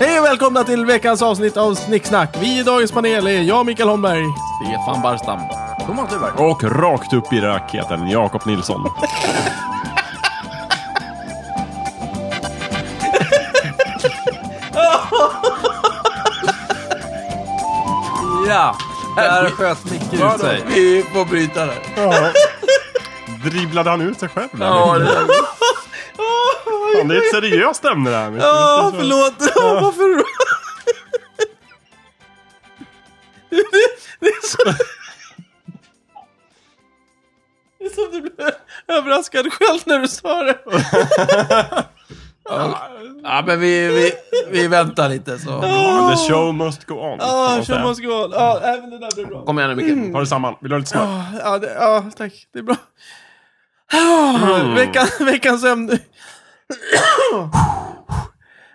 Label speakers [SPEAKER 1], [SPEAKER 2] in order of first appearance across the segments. [SPEAKER 1] Välkomna till veckans avsnitt av Snicksnack. Vi i dagens panel är jag, Mikael Holmberg.
[SPEAKER 2] Stefan Barstam.
[SPEAKER 3] Thomas Duberg.
[SPEAKER 4] Och rakt upp i raketen, Jakob Nilsson.
[SPEAKER 3] Ja, där sköt Micke ut sig. Vi får bryta där.
[SPEAKER 4] Dribblade han ut sig själv? eller?
[SPEAKER 3] Ja, det där.
[SPEAKER 4] Fan, det är ett seriöst ämne det här.
[SPEAKER 1] Ja, förlåt. Ja, varför? Det, det är så... Det är som du blev överraskad själv när du sa det.
[SPEAKER 3] ja men vi, vi, vi väntar lite så.
[SPEAKER 4] Men The show must go on. kan
[SPEAKER 1] Ja,
[SPEAKER 4] man
[SPEAKER 1] kör
[SPEAKER 4] säga.
[SPEAKER 1] måste gå. Ja, även det där blev bra.
[SPEAKER 2] Kom igen nu Micke.
[SPEAKER 4] Ta det samman. Vill du ha lite smör?
[SPEAKER 1] Ja, det, ja tack. Det är bra. Ah,
[SPEAKER 2] Mm.
[SPEAKER 1] Veckan, veckans ämne...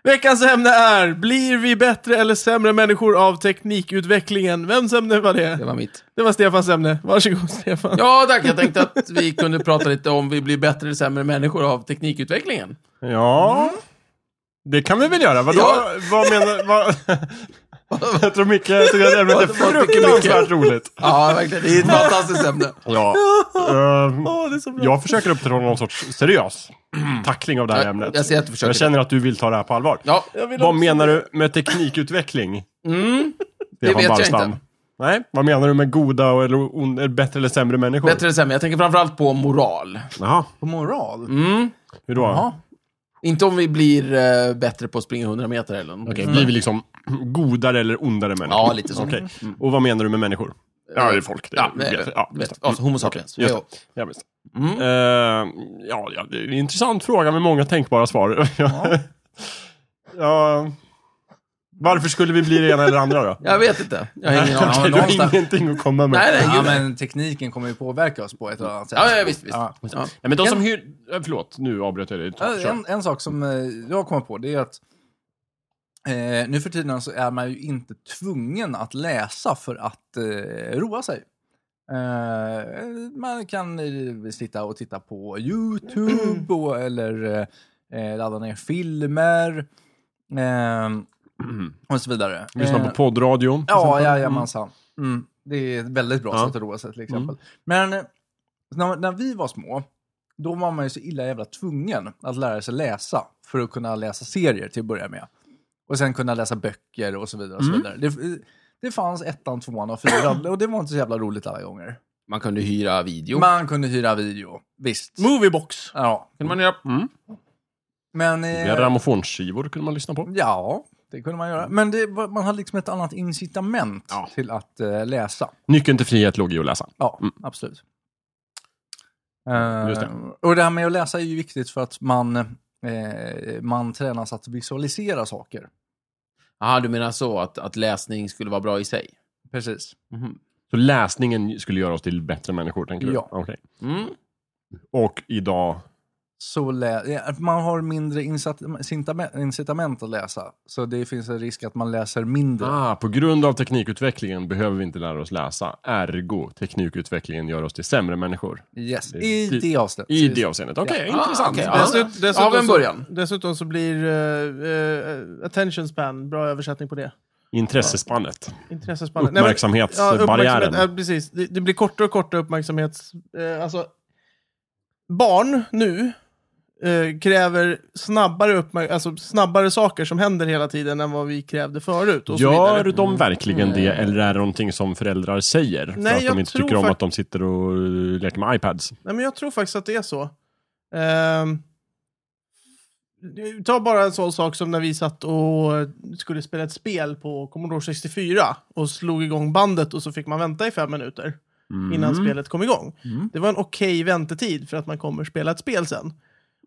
[SPEAKER 1] veckans ämne är Blir vi bättre eller sämre människor av teknikutvecklingen? Vems ämne var det?
[SPEAKER 3] Det var mitt.
[SPEAKER 1] Det var Stefans ämne. Varsågod Stefan.
[SPEAKER 3] Ja tack, jag tänkte att vi kunde prata lite om vi blir bättre eller sämre människor av teknikutvecklingen.
[SPEAKER 4] Ja. Det kan vi väl göra? Vadå?
[SPEAKER 3] Ja.
[SPEAKER 4] Vad menar... Vad... Jag tror Micke tycker att ämnet är
[SPEAKER 3] Vad tycker Micke?
[SPEAKER 4] fruktansvärt roligt.
[SPEAKER 3] Ja verkligen, det är ett fantastiskt ämne.
[SPEAKER 4] Ja. Ehm,
[SPEAKER 1] Åh, det är så bra.
[SPEAKER 4] jag försöker uppträda någon sorts seriös tackling av det här
[SPEAKER 3] Jag,
[SPEAKER 4] ämnet.
[SPEAKER 3] jag ser att du
[SPEAKER 4] Jag
[SPEAKER 3] försöker.
[SPEAKER 4] känner att du vill ta det här på allvar.
[SPEAKER 3] Ja,
[SPEAKER 1] Jag vill
[SPEAKER 4] Vad
[SPEAKER 1] också-
[SPEAKER 4] menar du med teknikutveckling?
[SPEAKER 3] mm,
[SPEAKER 4] Stefan
[SPEAKER 3] vet jag
[SPEAKER 4] Barstam?
[SPEAKER 3] inte.
[SPEAKER 4] Nej, vad menar du med goda och, eller on, eller bättre eller sämre människor?
[SPEAKER 3] bättre eller sämre. Jag tänker framförallt på moral.
[SPEAKER 4] Jaha,
[SPEAKER 2] På moral?
[SPEAKER 3] Mm.
[SPEAKER 4] hur då?
[SPEAKER 2] Jaha.
[SPEAKER 3] Inte om vi blir eh, bättre på att springa 100 meter eller något.
[SPEAKER 4] Okej, blir vi liksom godare eller ondare människor?
[SPEAKER 3] Mm. Ja, lite så. Mm.
[SPEAKER 4] Okej, och vad menar du med människor? Eh, Ja, det är folk. Det är,
[SPEAKER 3] Ja, det är det.
[SPEAKER 4] ja,
[SPEAKER 3] Du
[SPEAKER 4] just
[SPEAKER 3] vet,
[SPEAKER 4] det.
[SPEAKER 3] alltså, homo sapiens.
[SPEAKER 4] Just
[SPEAKER 3] Ja,
[SPEAKER 4] det. Ja, visst.
[SPEAKER 3] Mm.
[SPEAKER 4] Eh, ja, ja, det är en intressant fråga med många tänkbara svar. Ja. Varför skulle vi bli det ena eller det andra då?
[SPEAKER 3] Jag vet inte. Jag har ingen
[SPEAKER 2] Ja,
[SPEAKER 3] aning.
[SPEAKER 4] Du har
[SPEAKER 2] någonstans.
[SPEAKER 4] ingenting att komma med.
[SPEAKER 3] Nej, nej,
[SPEAKER 2] Ja,
[SPEAKER 3] gud. nej.
[SPEAKER 2] men tekniken kommer ju påverka oss på ett eller annat sätt.
[SPEAKER 3] Ja, ja, visst, visst.
[SPEAKER 2] Ja.
[SPEAKER 3] Ja.
[SPEAKER 4] Nej, men de som hyr... eh, Förlåt, nu avbröt jag dig. Ta-
[SPEAKER 2] Ja,
[SPEAKER 4] kör.
[SPEAKER 2] En, en sak som eh, jag kommer på, det är att eh, nu för tiden så är man ju inte tvungen att läsa för att eh, roa sig. Eh, man kan eh, sitta och titta på YouTube och, eller eh, ladda ner filmer eh, och så vidare.
[SPEAKER 4] Lyssna
[SPEAKER 2] Eh,
[SPEAKER 4] på poddradion.
[SPEAKER 2] Ja, jajamensan. Mm. Det är ett väldigt bra
[SPEAKER 4] Ja. Mm.
[SPEAKER 2] sätt att roa sig till exempel. Men eh, när, när vi var små, då var man ju så illa jävla tvungen att lära sig läsa för att kunna läsa serier till att börja med. Och sen kunna läsa böcker och så vidare. Och så
[SPEAKER 4] Mm.
[SPEAKER 2] vidare. Det, det fanns ettan, tvåan och fyran och det var inte så jävla roligt alla gånger.
[SPEAKER 3] Man kunde hyra video.
[SPEAKER 2] Man kunde hyra video, visst.
[SPEAKER 4] Mm.
[SPEAKER 1] Moviebox.
[SPEAKER 2] Ja,
[SPEAKER 3] Kunde man göra.
[SPEAKER 2] men...
[SPEAKER 4] Vi
[SPEAKER 2] eh,
[SPEAKER 4] hade Grammofonskivor kunde man lyssna på.
[SPEAKER 2] Ja, det kunde man göra. Men det, var- man hade liksom ett annat incitament
[SPEAKER 4] Ja.
[SPEAKER 2] till att eh, läsa.
[SPEAKER 4] Nyckeln till frihet låg i att läsa.
[SPEAKER 2] Ja, absolut.
[SPEAKER 4] Mm. Just det.
[SPEAKER 2] Eh, och det här med att läsa är ju viktigt för att man, eh, man tränas att visualisera saker.
[SPEAKER 3] Jaha, du menar så att, att läsning skulle vara bra i sig?
[SPEAKER 2] Precis.
[SPEAKER 4] Så läsningen skulle göra oss till bättre människor, tänker du?
[SPEAKER 2] Ja.
[SPEAKER 4] Okej.
[SPEAKER 3] Mm.
[SPEAKER 4] Och idag...
[SPEAKER 2] Så lä- ja, man har mindre insat- incitament- incitament att läsa, så det finns en risk att man läser mindre.
[SPEAKER 4] Ah, på grund av teknikutvecklingen behöver vi inte lära oss läsa. Ergo, teknikutvecklingen gör oss till sämre människor.
[SPEAKER 2] yes,
[SPEAKER 4] det-
[SPEAKER 2] i
[SPEAKER 4] det-
[SPEAKER 2] det avsnittet.
[SPEAKER 4] I det avseendet. Okej,
[SPEAKER 3] Intressant.
[SPEAKER 4] intressant.
[SPEAKER 3] Ah, ja.
[SPEAKER 1] Dessut- dessutom
[SPEAKER 3] Av en
[SPEAKER 1] så-
[SPEAKER 3] början.
[SPEAKER 1] Dessutom så blir eh, eh, attention span, bra översättning på det.
[SPEAKER 4] Intressespannet.
[SPEAKER 1] Intressespannet. Nej, men-
[SPEAKER 4] Uppmärksamhetsbarriären.
[SPEAKER 1] Ja, uppmärksamhet, ja, precis. Det, det blir kortare och kortare uppmärksamhets... Eh, alltså, barn nu eh, kräver snabbare, uppmärk- alltså, snabbare saker som händer hela tiden än vad vi krävde förut. Och så
[SPEAKER 4] Gör
[SPEAKER 1] vidare.
[SPEAKER 4] de verkligen det, eller är det någonting som föräldrar säger? För
[SPEAKER 1] Nej,
[SPEAKER 4] att
[SPEAKER 1] jag
[SPEAKER 4] de inte
[SPEAKER 1] tror
[SPEAKER 4] tycker om
[SPEAKER 1] fakt-
[SPEAKER 4] att de sitter och eh, leker med iPads.
[SPEAKER 1] Nej, men jag tror faktiskt att det är så. Ehm, ta bara en sån sak som när vi satt och skulle spela ett spel på Commodore 64 och slog igång bandet och så fick man vänta i fem minuter innan spelet kom igång. Det var en okej väntetid för att man kommer spela ett spel sen.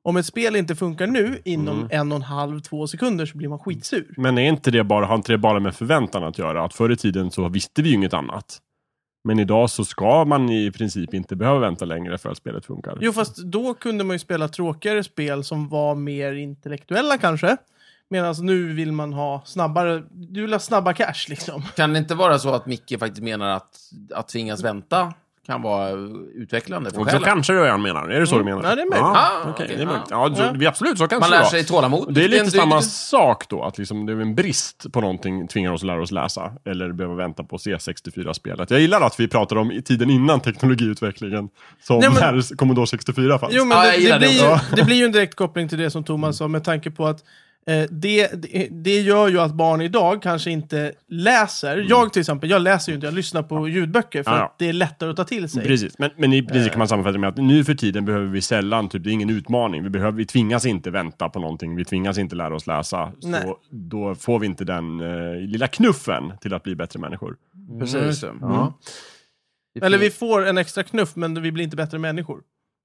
[SPEAKER 1] Om ett spel inte funkar nu, inom en och en halv, två sekunder så blir man skitsur.
[SPEAKER 4] Men är inte det bara, har inte det bara med förväntan att göra? Att förr i tiden så visste vi ju inget annat. Men idag så ska man i princip inte behöva vänta längre för att spelet funkar.
[SPEAKER 1] Jo, fast då kunde man ju spela tråkigare spel som var mer intellektuella kanske. Medan nu vill man ha snabbare, du vill ha snabba cash liksom.
[SPEAKER 3] Kan det inte vara så att Micke faktiskt menar att, att tvingas vänta kan vara utvecklande för
[SPEAKER 4] Och så
[SPEAKER 3] själen.
[SPEAKER 4] kanske det är det han menar. Är det så du menar?
[SPEAKER 1] Ja, det är möjligt.
[SPEAKER 4] Ja,
[SPEAKER 3] Ah,
[SPEAKER 4] okej,
[SPEAKER 3] okej.
[SPEAKER 4] det är möjligt.
[SPEAKER 3] Ja.
[SPEAKER 4] Ja, så, vi- absolut, så kanske
[SPEAKER 3] Man
[SPEAKER 4] det
[SPEAKER 3] lär
[SPEAKER 4] var.
[SPEAKER 3] sig tålamod.
[SPEAKER 4] Det är lite
[SPEAKER 3] en
[SPEAKER 4] samma
[SPEAKER 3] dygd.
[SPEAKER 4] sak då, att liksom, det är en brist på någonting tvingar oss att lära oss läsa. Eller behöva vänta på C64-spelet. Jag gillar att vi pratar om i tiden innan teknologiutvecklingen. Som
[SPEAKER 1] Nej, men-
[SPEAKER 4] när Commodore 64 fanns.
[SPEAKER 1] Jo, men
[SPEAKER 3] Ja,
[SPEAKER 1] det,
[SPEAKER 3] jag
[SPEAKER 1] det,
[SPEAKER 3] gillar det
[SPEAKER 1] blir
[SPEAKER 3] också.
[SPEAKER 1] ju, det blir ju en direkt koppling till det som Thomas sa med tanke på att eh, det, det, det gör ju att barn idag kanske inte läser.
[SPEAKER 3] Mm.
[SPEAKER 1] Jag till exempel, jag läser ju inte, jag lyssnar på ljudböcker för
[SPEAKER 4] Ja, ja.
[SPEAKER 1] att det är lättare att ta till sig.
[SPEAKER 4] Precis, men, men i
[SPEAKER 1] Eh.
[SPEAKER 4] princip kan man sammanfatta det med att nu för tiden behöver vi sällan, typ, det är ingen utmaning. Vi, behöver, vi tvingas inte vänta på någonting, vi tvingas inte lära oss läsa.
[SPEAKER 1] Nej.
[SPEAKER 4] Så, då får vi inte den eh, lilla knuffen till att bli bättre människor.
[SPEAKER 3] Precis. Ja.
[SPEAKER 1] Eller
[SPEAKER 4] Typ-
[SPEAKER 1] vi får en extra knuff, men vi blir inte bättre människor.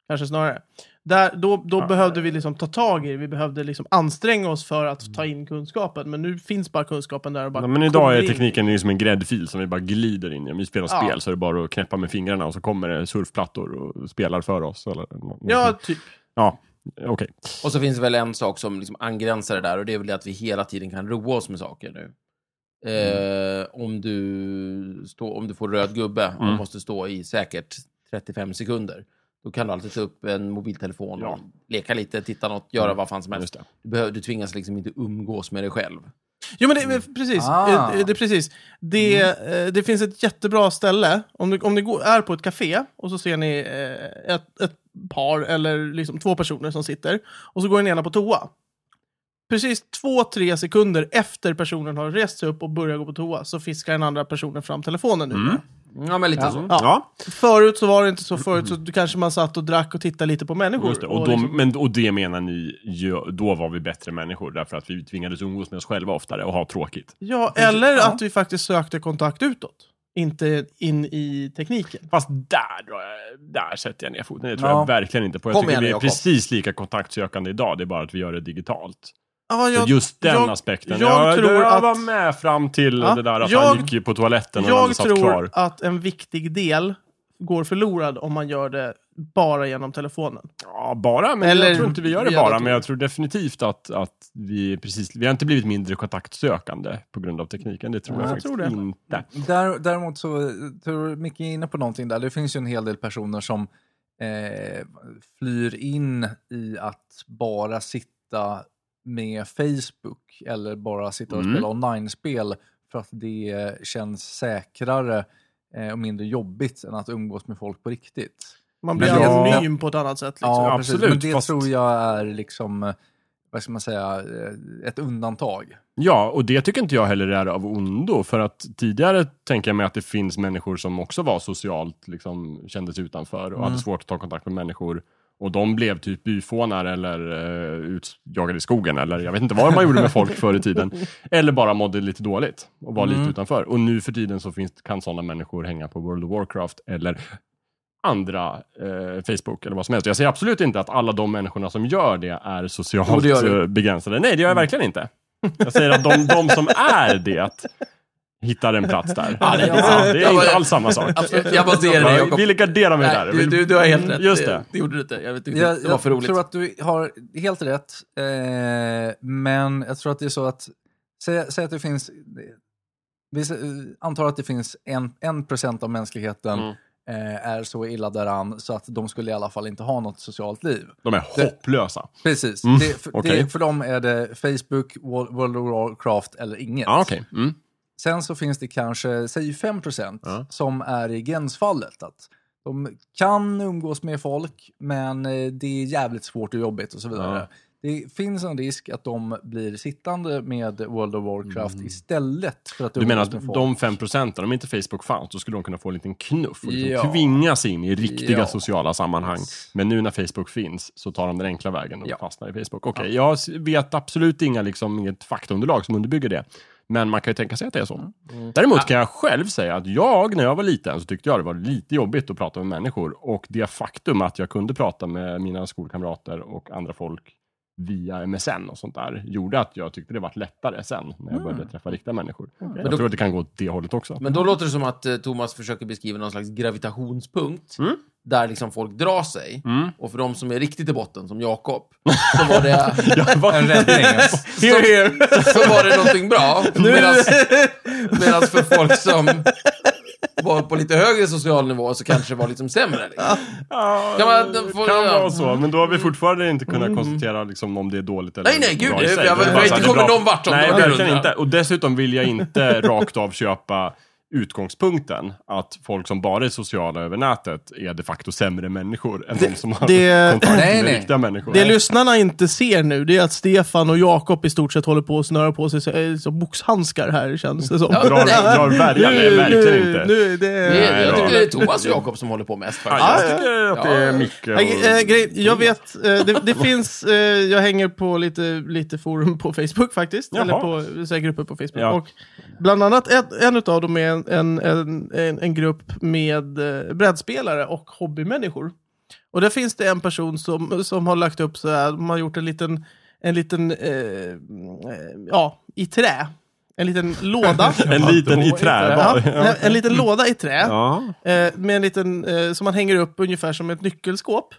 [SPEAKER 1] Kanske snarare. Där, då då behövde vi liksom ta tag i det. vi behövde liksom anstränga oss för att ta in kunskapen. Men nu finns bara kunskapen där och bara
[SPEAKER 4] Ja, men idag är
[SPEAKER 1] kommer in.
[SPEAKER 4] tekniken ju som en gräddfil som vi bara glider in i. Om vi spelar
[SPEAKER 1] Ja.
[SPEAKER 4] spel så är det bara att knäppa med fingrarna och så kommer det surfplattor och spelar för oss. Eller nå-
[SPEAKER 1] Ja,
[SPEAKER 4] någonting.
[SPEAKER 1] typ.
[SPEAKER 4] ja. okej.
[SPEAKER 3] Och så finns det väl en sak som liksom angränsar det där och det är väl det att vi hela tiden kan roa oss med saker nu. Eh, om, du stå, om du får röd gubbe och
[SPEAKER 4] Mm.
[SPEAKER 3] måste stå i säkert 35 sekunder, då kan du alltid ta upp en mobiltelefon och
[SPEAKER 4] Ja. Mm.
[SPEAKER 3] leka lite, titta något, göra vad fan som
[SPEAKER 4] Just
[SPEAKER 3] helst.
[SPEAKER 4] det.
[SPEAKER 3] Du, behöver, du tvingas liksom inte umgås med dig själv.
[SPEAKER 1] Jo, men det, precis.
[SPEAKER 2] Ah.
[SPEAKER 1] Eh, Det, precis. Det,
[SPEAKER 4] Mm.
[SPEAKER 1] eh, det finns ett jättebra ställe. Om ni, om ni går, är på ett café och så ser ni eh, ett, ett par eller liksom två personer som sitter och så går den ena på toa. Precis två, tre sekunder efter personen har rest sig upp och börjar gå på toa så fiskar den andra personen fram telefonen nu.
[SPEAKER 3] Ja, men lite
[SPEAKER 1] Ja.
[SPEAKER 3] så.
[SPEAKER 4] Mm. Ja,
[SPEAKER 1] Förut så var det inte så. Förut så kanske man satt och drack och tittade lite på människor.
[SPEAKER 4] just det. Och, då,
[SPEAKER 1] liksom-
[SPEAKER 4] men, och det menar ni, ju- då var vi bättre människor därför att vi tvingades umgås med oss själva oftare och ha tråkigt.
[SPEAKER 1] ja, eller
[SPEAKER 2] Ja.
[SPEAKER 1] att vi faktiskt sökte kontakt utåt. Inte in i tekniken.
[SPEAKER 4] Fast där, drar jag- där sätter jag ner foten. Det tror
[SPEAKER 2] Ja.
[SPEAKER 4] jag verkligen inte på. Jag
[SPEAKER 3] Kom
[SPEAKER 4] tycker
[SPEAKER 3] igen nu,
[SPEAKER 4] vi är
[SPEAKER 3] Jakob.
[SPEAKER 4] precis lika kontaktsökande idag, det är bara att vi gör det digitalt.
[SPEAKER 1] Ja,
[SPEAKER 4] Så
[SPEAKER 1] jag,
[SPEAKER 4] just den
[SPEAKER 1] jag-
[SPEAKER 4] aspekten.
[SPEAKER 1] jag tror
[SPEAKER 4] jag var
[SPEAKER 1] att-
[SPEAKER 4] med fram till
[SPEAKER 1] Ja,
[SPEAKER 4] det där att
[SPEAKER 1] jag-
[SPEAKER 4] han gick ju på toaletten och han hade
[SPEAKER 1] Jag
[SPEAKER 4] satt
[SPEAKER 1] tror
[SPEAKER 4] kvar.
[SPEAKER 1] att en viktig del går förlorad om man gör det bara genom telefonen.
[SPEAKER 4] Ja, bara, men
[SPEAKER 1] Eller-
[SPEAKER 4] jag tror inte vi gör det
[SPEAKER 1] vi gör det
[SPEAKER 4] bara.
[SPEAKER 1] till-
[SPEAKER 4] Men jag tror definitivt att, att vi är precis, vi har inte blivit mindre kontaktsökande på grund av tekniken. Det tror
[SPEAKER 1] Ja,
[SPEAKER 4] jag,
[SPEAKER 1] jag
[SPEAKER 4] faktiskt
[SPEAKER 1] tror det.
[SPEAKER 4] inte.
[SPEAKER 2] Där, däremot så eh, tror jag Micke är inne på någonting där. Det finns ju en hel del personer som eh, flyr in i att bara sitta med Facebook eller bara sitta och
[SPEAKER 4] Mm.
[SPEAKER 2] spela online-spel för att det känns säkrare eh, och mindre jobbigt än att umgås med folk på riktigt.
[SPEAKER 1] Man blir
[SPEAKER 4] Men jag-
[SPEAKER 1] anonym på ett annat sätt. Liksom.
[SPEAKER 2] Ja,
[SPEAKER 4] Ja,
[SPEAKER 2] precis.
[SPEAKER 4] absolut,
[SPEAKER 2] Men det
[SPEAKER 4] fast-
[SPEAKER 2] tror jag är liksom, eh, vad ska man säga, eh, ett undantag.
[SPEAKER 4] Ja, och det tycker inte jag heller är av ondo. För att tidigare tänker jag mig att det finns människor som också var socialt, liksom kändes utanför och hade svårt att ta kontakt med människor. Och de blev typ byfånar eller eh, utjagade i skogen eller jag vet inte vad man gjorde med folk förr i tiden. Eller bara mådde lite dåligt och var lite utanför. Och nu för tiden så finns, kan sådana människor hänga på World of Warcraft eller andra eh, Facebook eller vad som helst. Jag säger absolut inte att alla de människorna som gör det är
[SPEAKER 2] Jo,
[SPEAKER 4] socialt
[SPEAKER 2] det gör du.
[SPEAKER 4] eh, begränsade. Nej, det gör jag verkligen inte. Jag säger att de, de som är det hittar en plats där. Ja,
[SPEAKER 3] det är-
[SPEAKER 4] det är
[SPEAKER 3] jag
[SPEAKER 4] inte
[SPEAKER 3] bara-
[SPEAKER 4] alls samma sak.
[SPEAKER 3] Absolut. Jag måste ge dig det,
[SPEAKER 4] Jag
[SPEAKER 3] Jakob.
[SPEAKER 4] vill gardera mig
[SPEAKER 3] Nej,
[SPEAKER 4] där. Jag
[SPEAKER 3] du,
[SPEAKER 4] vill- Mm,
[SPEAKER 3] du, du har helt rätt.
[SPEAKER 4] Just det.
[SPEAKER 3] det gjorde du inte. Jag vet inte.
[SPEAKER 2] Jag,
[SPEAKER 3] det var för
[SPEAKER 2] jag
[SPEAKER 3] roligt.
[SPEAKER 2] tror att du har helt rätt. Eh, men jag tror att det är så att, säg, säg att det finns, vi s- eh, antar att det finns en, en procent av mänskligheten
[SPEAKER 4] Mm.
[SPEAKER 2] eh, är så illa däran så att de skulle i alla fall inte ha något socialt liv.
[SPEAKER 4] De är hopplösa.
[SPEAKER 2] Precis.
[SPEAKER 4] Mm,
[SPEAKER 2] Det, för,
[SPEAKER 4] okej.
[SPEAKER 2] det, för dem är det Facebook, Wor- World of Warcraft eller inget.
[SPEAKER 4] Ja, okej. Mm.
[SPEAKER 2] Sen så finns det kanske, säg 5
[SPEAKER 4] Ja.
[SPEAKER 2] som är i gränsfallet. Att de kan umgås med folk, men eh, det är jävligt svårt och jobbigt och så vidare.
[SPEAKER 4] Ja.
[SPEAKER 2] Det finns en risk att de blir sittande med World of Warcraft istället för att
[SPEAKER 4] Mm. Du menar
[SPEAKER 2] umgås med
[SPEAKER 4] att
[SPEAKER 2] folk.
[SPEAKER 4] de fem procenten, om inte Facebook fanns, då skulle de kunna få en liten knuff och liksom
[SPEAKER 2] Ja.
[SPEAKER 4] tvingas in i riktiga
[SPEAKER 2] Ja.
[SPEAKER 4] sociala sammanhang. Men nu när Facebook finns så tar de den enkla vägen och
[SPEAKER 2] Ja.
[SPEAKER 4] fastnar i Facebook. Okej, jag s- vet absolut inga, liksom, inget faktaunderlag som underbygger det. Men man kan ju tänka sig att det är så.
[SPEAKER 3] Mm. Ah.
[SPEAKER 4] Däremot kan jag själv säga att jag, när jag var liten, så tyckte jag det var lite jobbigt att prata med människor. Och det faktum att jag kunde prata med mina skolkamrater och andra folk via MSN och sånt där, gjorde att jag tyckte det var lättare sen, när jag började träffa riktiga människor. Jag
[SPEAKER 3] Mm. Men då-
[SPEAKER 4] tror att det kan gå åt det hållet också.
[SPEAKER 3] Men då låter det som att eh, Thomas försöker beskriva någon slags gravitationspunkt.
[SPEAKER 4] Mm.
[SPEAKER 3] Där liksom folk drar sig.
[SPEAKER 4] Mm.
[SPEAKER 3] Och för de som är riktigt i botten, som Jakob, så var det,
[SPEAKER 4] Jag var-
[SPEAKER 2] En räddning.
[SPEAKER 4] Here, here.
[SPEAKER 3] så var det någonting bra. Medan för folk som var på lite högre social nivå så kanske det var liksom sämre. Liksom. Kan man-
[SPEAKER 4] det
[SPEAKER 3] får-
[SPEAKER 4] kan
[SPEAKER 3] ja.
[SPEAKER 4] vara så, men då har vi fortfarande inte kunnat konstatera liksom, om det är dåligt eller
[SPEAKER 3] Nej, nej, gud,
[SPEAKER 4] bra i sig.
[SPEAKER 3] jag-
[SPEAKER 4] Det är
[SPEAKER 3] jag-
[SPEAKER 4] bara
[SPEAKER 3] jag
[SPEAKER 4] så
[SPEAKER 3] inte
[SPEAKER 4] här, det är
[SPEAKER 3] kommer
[SPEAKER 4] bra-
[SPEAKER 3] någon vart om
[SPEAKER 4] Nej,
[SPEAKER 3] det är
[SPEAKER 4] verkligen
[SPEAKER 3] hundra.
[SPEAKER 4] inte. Och dessutom vill jag inte rakt av köpa utgångspunkten att folk som bara är sociala över nätet är de facto sämre människor än de som har
[SPEAKER 1] det-
[SPEAKER 4] kontakt
[SPEAKER 2] Nej,
[SPEAKER 4] med
[SPEAKER 2] nej.
[SPEAKER 4] riktiga människor.
[SPEAKER 1] Det lyssnarna inte ser nu, det är att Stefan och Jakob i stort sett håller på att snöra på sig så, eh, så boxhandskar här, känns det som.
[SPEAKER 3] Ja,
[SPEAKER 4] Drar,
[SPEAKER 3] Nej.
[SPEAKER 4] drar värjan, nej, verkligen
[SPEAKER 1] nu,
[SPEAKER 4] inte.
[SPEAKER 1] nu, det
[SPEAKER 3] Det är, jag
[SPEAKER 4] Nej,
[SPEAKER 3] tycker
[SPEAKER 4] då.
[SPEAKER 3] det är Thomas och Jakob som håller på mest faktiskt.
[SPEAKER 4] Ja, jag tycker att det är mycket.
[SPEAKER 1] Nej, eh,
[SPEAKER 4] och-
[SPEAKER 1] grej, jag vet, eh, det, det finns, eh, jag hänger på lite, lite forum på Facebook faktiskt,
[SPEAKER 4] Jaha.
[SPEAKER 1] eller på så här, grupper på Facebook.
[SPEAKER 4] Ja.
[SPEAKER 1] Och bland annat ett, en av dem är en, en, en, en, en grupp med eh, brädspelare och hobbymänniskor. Och där finns det en person som, som har lagt upp så här, de har gjort en liten, en liten, eh, eh, ja, i trä. En liten låda.
[SPEAKER 4] En liten i trä
[SPEAKER 1] Ja,
[SPEAKER 4] bara.
[SPEAKER 1] en, en liten låda i trä
[SPEAKER 4] Ja.
[SPEAKER 1] eh, med en liten, eh, som man hänger upp ungefär som ett nyckelskåp.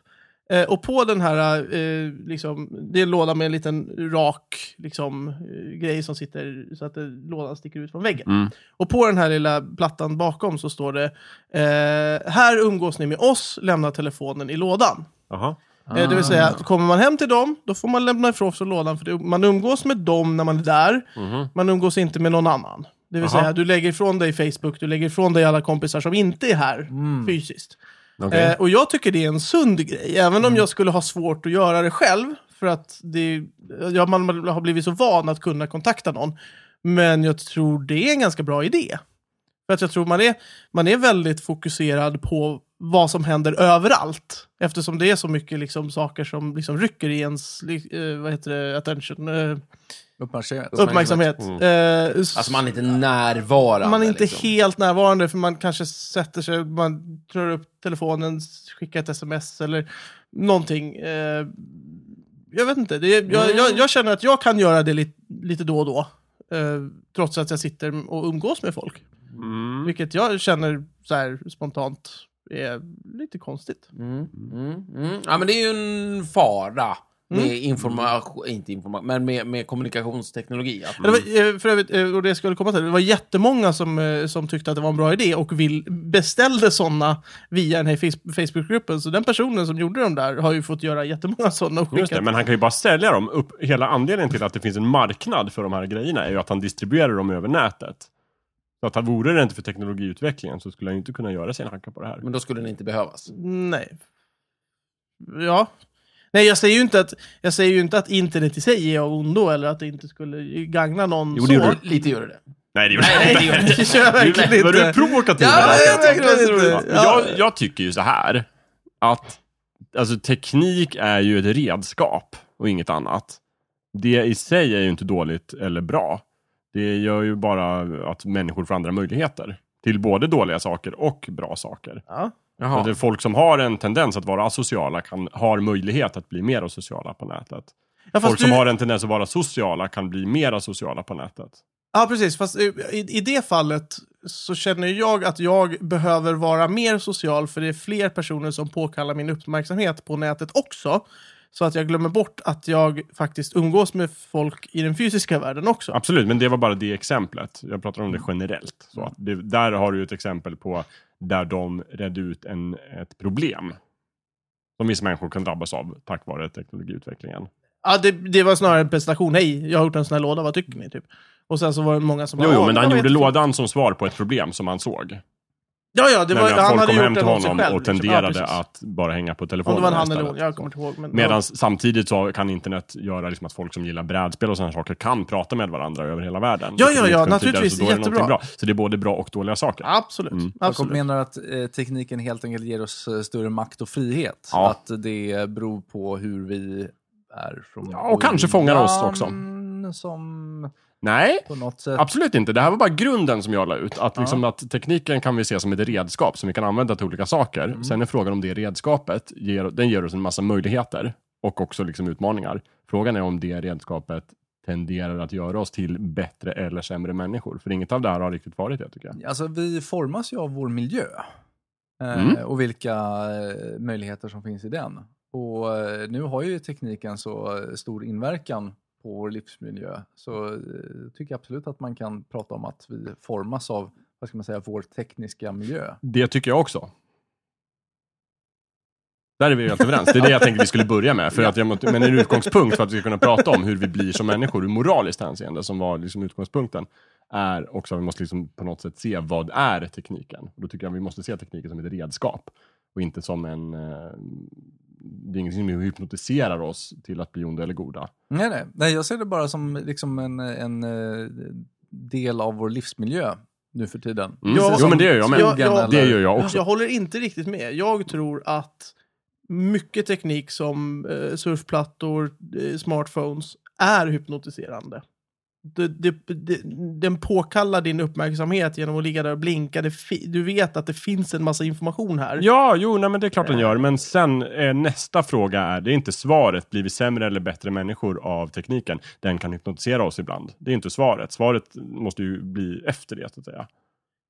[SPEAKER 1] Eh, och på den här, eh, liksom, det är en låda med en liten rak liksom, eh, grej som sitter så att eh, lådan sticker ut från väggen.
[SPEAKER 4] Mm.
[SPEAKER 1] Och på den här lilla plattan bakom så står det eh, Här umgås ni med oss, lämna telefonen i lådan.
[SPEAKER 4] Jaha.
[SPEAKER 1] Eh, det vill säga,
[SPEAKER 4] Ah.
[SPEAKER 1] kommer man hem till dem, då får man lämna ifrån sig lådan. För det, man umgås med dem när man är där, man umgås inte med någon annan. Det vill
[SPEAKER 4] Mhm. Aha.
[SPEAKER 1] säga, du lägger ifrån dig Facebook, du lägger ifrån dig alla kompisar som inte är här fysiskt.
[SPEAKER 4] Mm. Okej. Mm.
[SPEAKER 1] Eh, och jag tycker det är en sund grej, även om jag skulle ha svårt att göra det själv. För att det, ja, man har blivit så van att kunna kontakta någon. Men jag tror det är en ganska bra idé. För att jag tror man är, man är väldigt fokuserad på vad som händer överallt. Eftersom det är så mycket liksom, saker som liksom, rycker i ens li- eh, vad heter det, attention, eh,
[SPEAKER 2] Uppmärksamhet.
[SPEAKER 1] uppmärksamhet. Eh, s-
[SPEAKER 3] Alltså man är inte närvarande.
[SPEAKER 1] man är inte
[SPEAKER 3] liksom.
[SPEAKER 1] helt närvarande för man kanske sätter sig, man drar upp telefonen, skickar ett sms eller någonting. Eh, jag vet inte, det är, jag, jag, jag känner att jag kan göra det lite, lite då och då. Eh, trots att jag sitter och umgås med folk.
[SPEAKER 4] Mm.
[SPEAKER 1] Vilket jag känner så här spontant är lite konstigt.
[SPEAKER 3] Mm, mm, mm. Ja, men det är ju en fara med information, inte information, men med, med kommunikationsteknologi. Att
[SPEAKER 1] Men Det var, eh, för övrigt, eh, och det jag skulle komma till, det var jättemånga som, eh, som tyckte att det var en bra idé och vill, beställde sådana via den här Face- Facebookgruppen. Så den personen som gjorde de där har ju fått göra jättemånga sådana och
[SPEAKER 4] Just det,
[SPEAKER 1] skickat.
[SPEAKER 4] men han kan ju bara sälja dem. Upp, hela anledningen till att det finns en marknad för de här grejerna är ju att han distribuerar dem över nätet. Så att han vore det inte för teknologiutvecklingen så skulle han ju inte kunna göra sin hacka på det här.
[SPEAKER 3] Men då skulle den inte behövas.
[SPEAKER 1] Nej. Ja. Nej, jag säger ju inte att, jag säger ju inte att internet i sig är av ondo eller att det inte skulle gagna någon
[SPEAKER 4] Jo,
[SPEAKER 1] så.
[SPEAKER 4] det gjorde
[SPEAKER 3] Lite gör det det.
[SPEAKER 4] Nej, det gjorde
[SPEAKER 3] Nej, det gör det inte.
[SPEAKER 1] Det gör jag verkligen
[SPEAKER 4] Vad du är
[SPEAKER 1] inte.
[SPEAKER 4] provokativ
[SPEAKER 1] Ja,
[SPEAKER 4] med det här,
[SPEAKER 1] jag
[SPEAKER 4] kan säga.
[SPEAKER 1] verkligen inte.
[SPEAKER 4] Ja,
[SPEAKER 1] Ja.
[SPEAKER 4] Jag, jag tycker ju så här att alltså, teknik är ju ett redskap och inget annat. Det i sig är ju inte dåligt eller bra. Det gör ju bara att människor får andra möjligheter till både dåliga saker och bra saker.
[SPEAKER 1] Ja.
[SPEAKER 4] Så det är folk som har en tendens att vara asociala kan, har möjlighet att bli mer asociala på nätet.
[SPEAKER 1] Ja, fast
[SPEAKER 4] Folk som
[SPEAKER 1] du-
[SPEAKER 4] har en tendens att vara sociala kan bli mer asociala på nätet.
[SPEAKER 1] Ja, precis. Fast i, i- i det fallet så känner jag att jag behöver vara mer social för det är fler personer som påkallar min uppmärksamhet på nätet också. Så att jag glömmer bort att jag faktiskt umgås med folk i den fysiska världen också.
[SPEAKER 4] Absolut, men det var bara det exemplet. Jag pratar om det generellt. Så att det, där har du ju ett exempel på där de redde ut en, ett problem. Som vissa människor kan drabbas av tack vare teknologiutvecklingen.
[SPEAKER 1] Ja, det, det var snarare en presentation. Hej, jag har gjort en sån här låda, vad tycker ni? Typ. Och sen så var det många som
[SPEAKER 4] Jo,
[SPEAKER 1] bara,
[SPEAKER 4] jo,
[SPEAKER 1] "Ja,
[SPEAKER 4] men
[SPEAKER 1] det
[SPEAKER 4] han
[SPEAKER 1] var
[SPEAKER 4] gjorde
[SPEAKER 1] jättefint."
[SPEAKER 4] lådan som svar på ett problem som han såg.
[SPEAKER 1] Ja, ja, det var,
[SPEAKER 4] Nämligen att
[SPEAKER 1] han
[SPEAKER 4] folk
[SPEAKER 1] hade
[SPEAKER 4] kom
[SPEAKER 1] gjort
[SPEAKER 4] hem till
[SPEAKER 1] den åt sig
[SPEAKER 4] honom
[SPEAKER 1] själv.
[SPEAKER 4] och
[SPEAKER 1] liksom.
[SPEAKER 4] tenderade
[SPEAKER 1] precis.
[SPEAKER 4] att bara hänga på
[SPEAKER 1] Om
[SPEAKER 4] telefonen.
[SPEAKER 1] det var en han eller
[SPEAKER 4] istället.
[SPEAKER 1] hon, jag kommer inte ihåg. Men,
[SPEAKER 4] Medan samtidigt så kan internet göra liksom att folk som gillar brädspel och sådana saker kan prata med varandra över hela världen.
[SPEAKER 1] Ja,
[SPEAKER 4] Det kunde
[SPEAKER 1] ja,
[SPEAKER 4] vi
[SPEAKER 1] ja,
[SPEAKER 4] inte kunna tidigare,
[SPEAKER 1] naturligtvis.
[SPEAKER 4] så då är det någonting
[SPEAKER 1] Jättebra. Ah.
[SPEAKER 4] Bra. Så det är både bra och dåliga saker.
[SPEAKER 1] Ja, absolut.
[SPEAKER 4] Mm.
[SPEAKER 1] absolut.
[SPEAKER 2] Jakob menar att eh, tekniken helt enkelt ger oss eh, större makt och frihet.
[SPEAKER 4] Ja.
[SPEAKER 2] Att det beror på hur vi är från
[SPEAKER 4] Ja, och kanske fångar oss
[SPEAKER 1] Mm.
[SPEAKER 4] också.
[SPEAKER 2] början Som
[SPEAKER 4] Nej,
[SPEAKER 2] på något sätt...
[SPEAKER 4] Absolut inte. Det här var bara grunden som jag la ut. Att, liksom, att tekniken kan vi se som ett redskap som vi kan använda till olika saker.
[SPEAKER 1] Mm.
[SPEAKER 4] Sen är frågan om det redskapet ger, den ger oss en massa möjligheter och också liksom utmaningar. Frågan är om det redskapet tenderar att göra oss till bättre eller sämre människor. För inget av det här har riktigt varit det, tycker jag.
[SPEAKER 2] Alltså, vi formas ju av vår miljö. Eh,
[SPEAKER 4] Mm.
[SPEAKER 2] Och vilka eh, möjligheter som finns i den. Och eh, nu har ju tekniken så eh, stor inverkan på vår livsmiljö. Så eh, tycker jag absolut att man kan prata om att vi formas av vad ska man säga, vår tekniska miljö.
[SPEAKER 4] Det tycker jag också. Där är vi helt överens. Det är det jag tänkte vi skulle börja med. För att jag, måste- men en utgångspunkt för att vi ska kunna prata om hur vi blir som människor ur moraliskt hänseende, som var liksom utgångspunkten, är också att vi måste liksom på något sätt se vad är tekniken. Och då tycker jag vi måste se tekniken som ett redskap och inte som en... Eh, det är ingenting som hypnotiserar oss till att bli onda eller goda.
[SPEAKER 2] Nej, nej. nej jag ser det bara som liksom en, en eh, del av vår livsmiljö nu för tiden.
[SPEAKER 4] Mm.
[SPEAKER 1] Ja,
[SPEAKER 4] jo,
[SPEAKER 1] som-
[SPEAKER 4] men det gör jag med.
[SPEAKER 1] Ja, ja.
[SPEAKER 4] Det gör jag också.
[SPEAKER 1] Jag håller inte riktigt med. Jag tror att mycket teknik som eh, surfplattor, eh, smartphones är hypnotiserande. Det, det, det, den påkallar din uppmärksamhet genom att ligga där och blinka. Det, fi- du vet att det finns en massa information här.
[SPEAKER 4] Ja, jo, nej, men det är klart den gör. Men sen eh, nästa fråga är, det är inte svaret, blir vi sämre eller bättre människor av tekniken? Den kan hypnotisera oss ibland. Det är inte svaret. Svaret måste ju bli efter det, så att säga.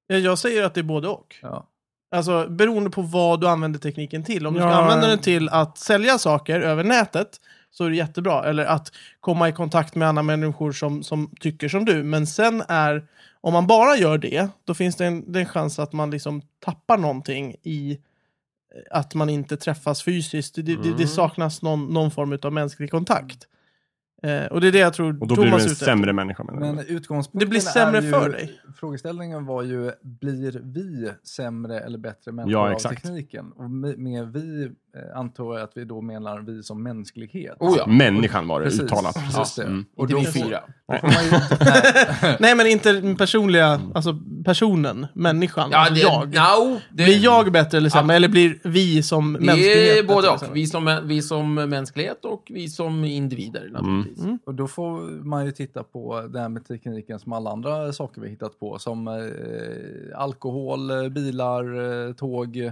[SPEAKER 1] Jag- Eh, Jag säger att det är både och.
[SPEAKER 2] Ja.
[SPEAKER 1] Alltså beroende på vad du använder tekniken till. Om du ska
[SPEAKER 4] Ja.
[SPEAKER 1] använda den till att sälja saker över nätet så är det jättebra. Eller att komma i kontakt med andra människor som, som tycker som du. Men sen är, om man bara gör det, då finns det en, det är en chans att man liksom tappar någonting i eh, att man inte träffas fysiskt. Det, det,
[SPEAKER 4] Mm.
[SPEAKER 1] det saknas någon, någon form av mänsklig kontakt. Eh, och det är det jag tror
[SPEAKER 4] Och då blir
[SPEAKER 1] Thomas
[SPEAKER 4] du
[SPEAKER 1] är
[SPEAKER 4] en
[SPEAKER 1] ute
[SPEAKER 4] sämre människa. menar jag.
[SPEAKER 2] Men utgångspunkten
[SPEAKER 1] Det blir sämre
[SPEAKER 2] är ju,
[SPEAKER 1] för dig.
[SPEAKER 2] Frågeställningen var ju, blir vi sämre eller bättre människor
[SPEAKER 4] Ja,
[SPEAKER 2] av
[SPEAKER 4] exakt.
[SPEAKER 2] tekniken? Och med, med vi eh, antar jag att vi då menar vi som mänsklighet.
[SPEAKER 3] Oh ja.
[SPEAKER 4] Människan var det
[SPEAKER 2] Precis,
[SPEAKER 4] uttalat.
[SPEAKER 2] Precis det.
[SPEAKER 4] Mm.
[SPEAKER 2] Och
[SPEAKER 3] Inte
[SPEAKER 2] då
[SPEAKER 3] vi
[SPEAKER 2] får-
[SPEAKER 3] fyra.
[SPEAKER 2] då får man ju- nej.
[SPEAKER 1] Nej men inte den personliga, alltså personen, människan,
[SPEAKER 3] Ja,
[SPEAKER 1] alltså
[SPEAKER 3] det,
[SPEAKER 1] jag.
[SPEAKER 3] No, det,
[SPEAKER 1] Blir jag bättre eller sämre? Eller blir vi som
[SPEAKER 3] det är
[SPEAKER 1] mänsklighet
[SPEAKER 3] både
[SPEAKER 1] bättre
[SPEAKER 3] och.
[SPEAKER 1] eller
[SPEAKER 3] Vi som, vi som mänsklighet och vi som individer naturligtvis.
[SPEAKER 2] Och då får man ju titta på det här med tekniken som alla andra saker vi hittat på. Som eh, alkohol, eh, bilar, eh, tåg, eh,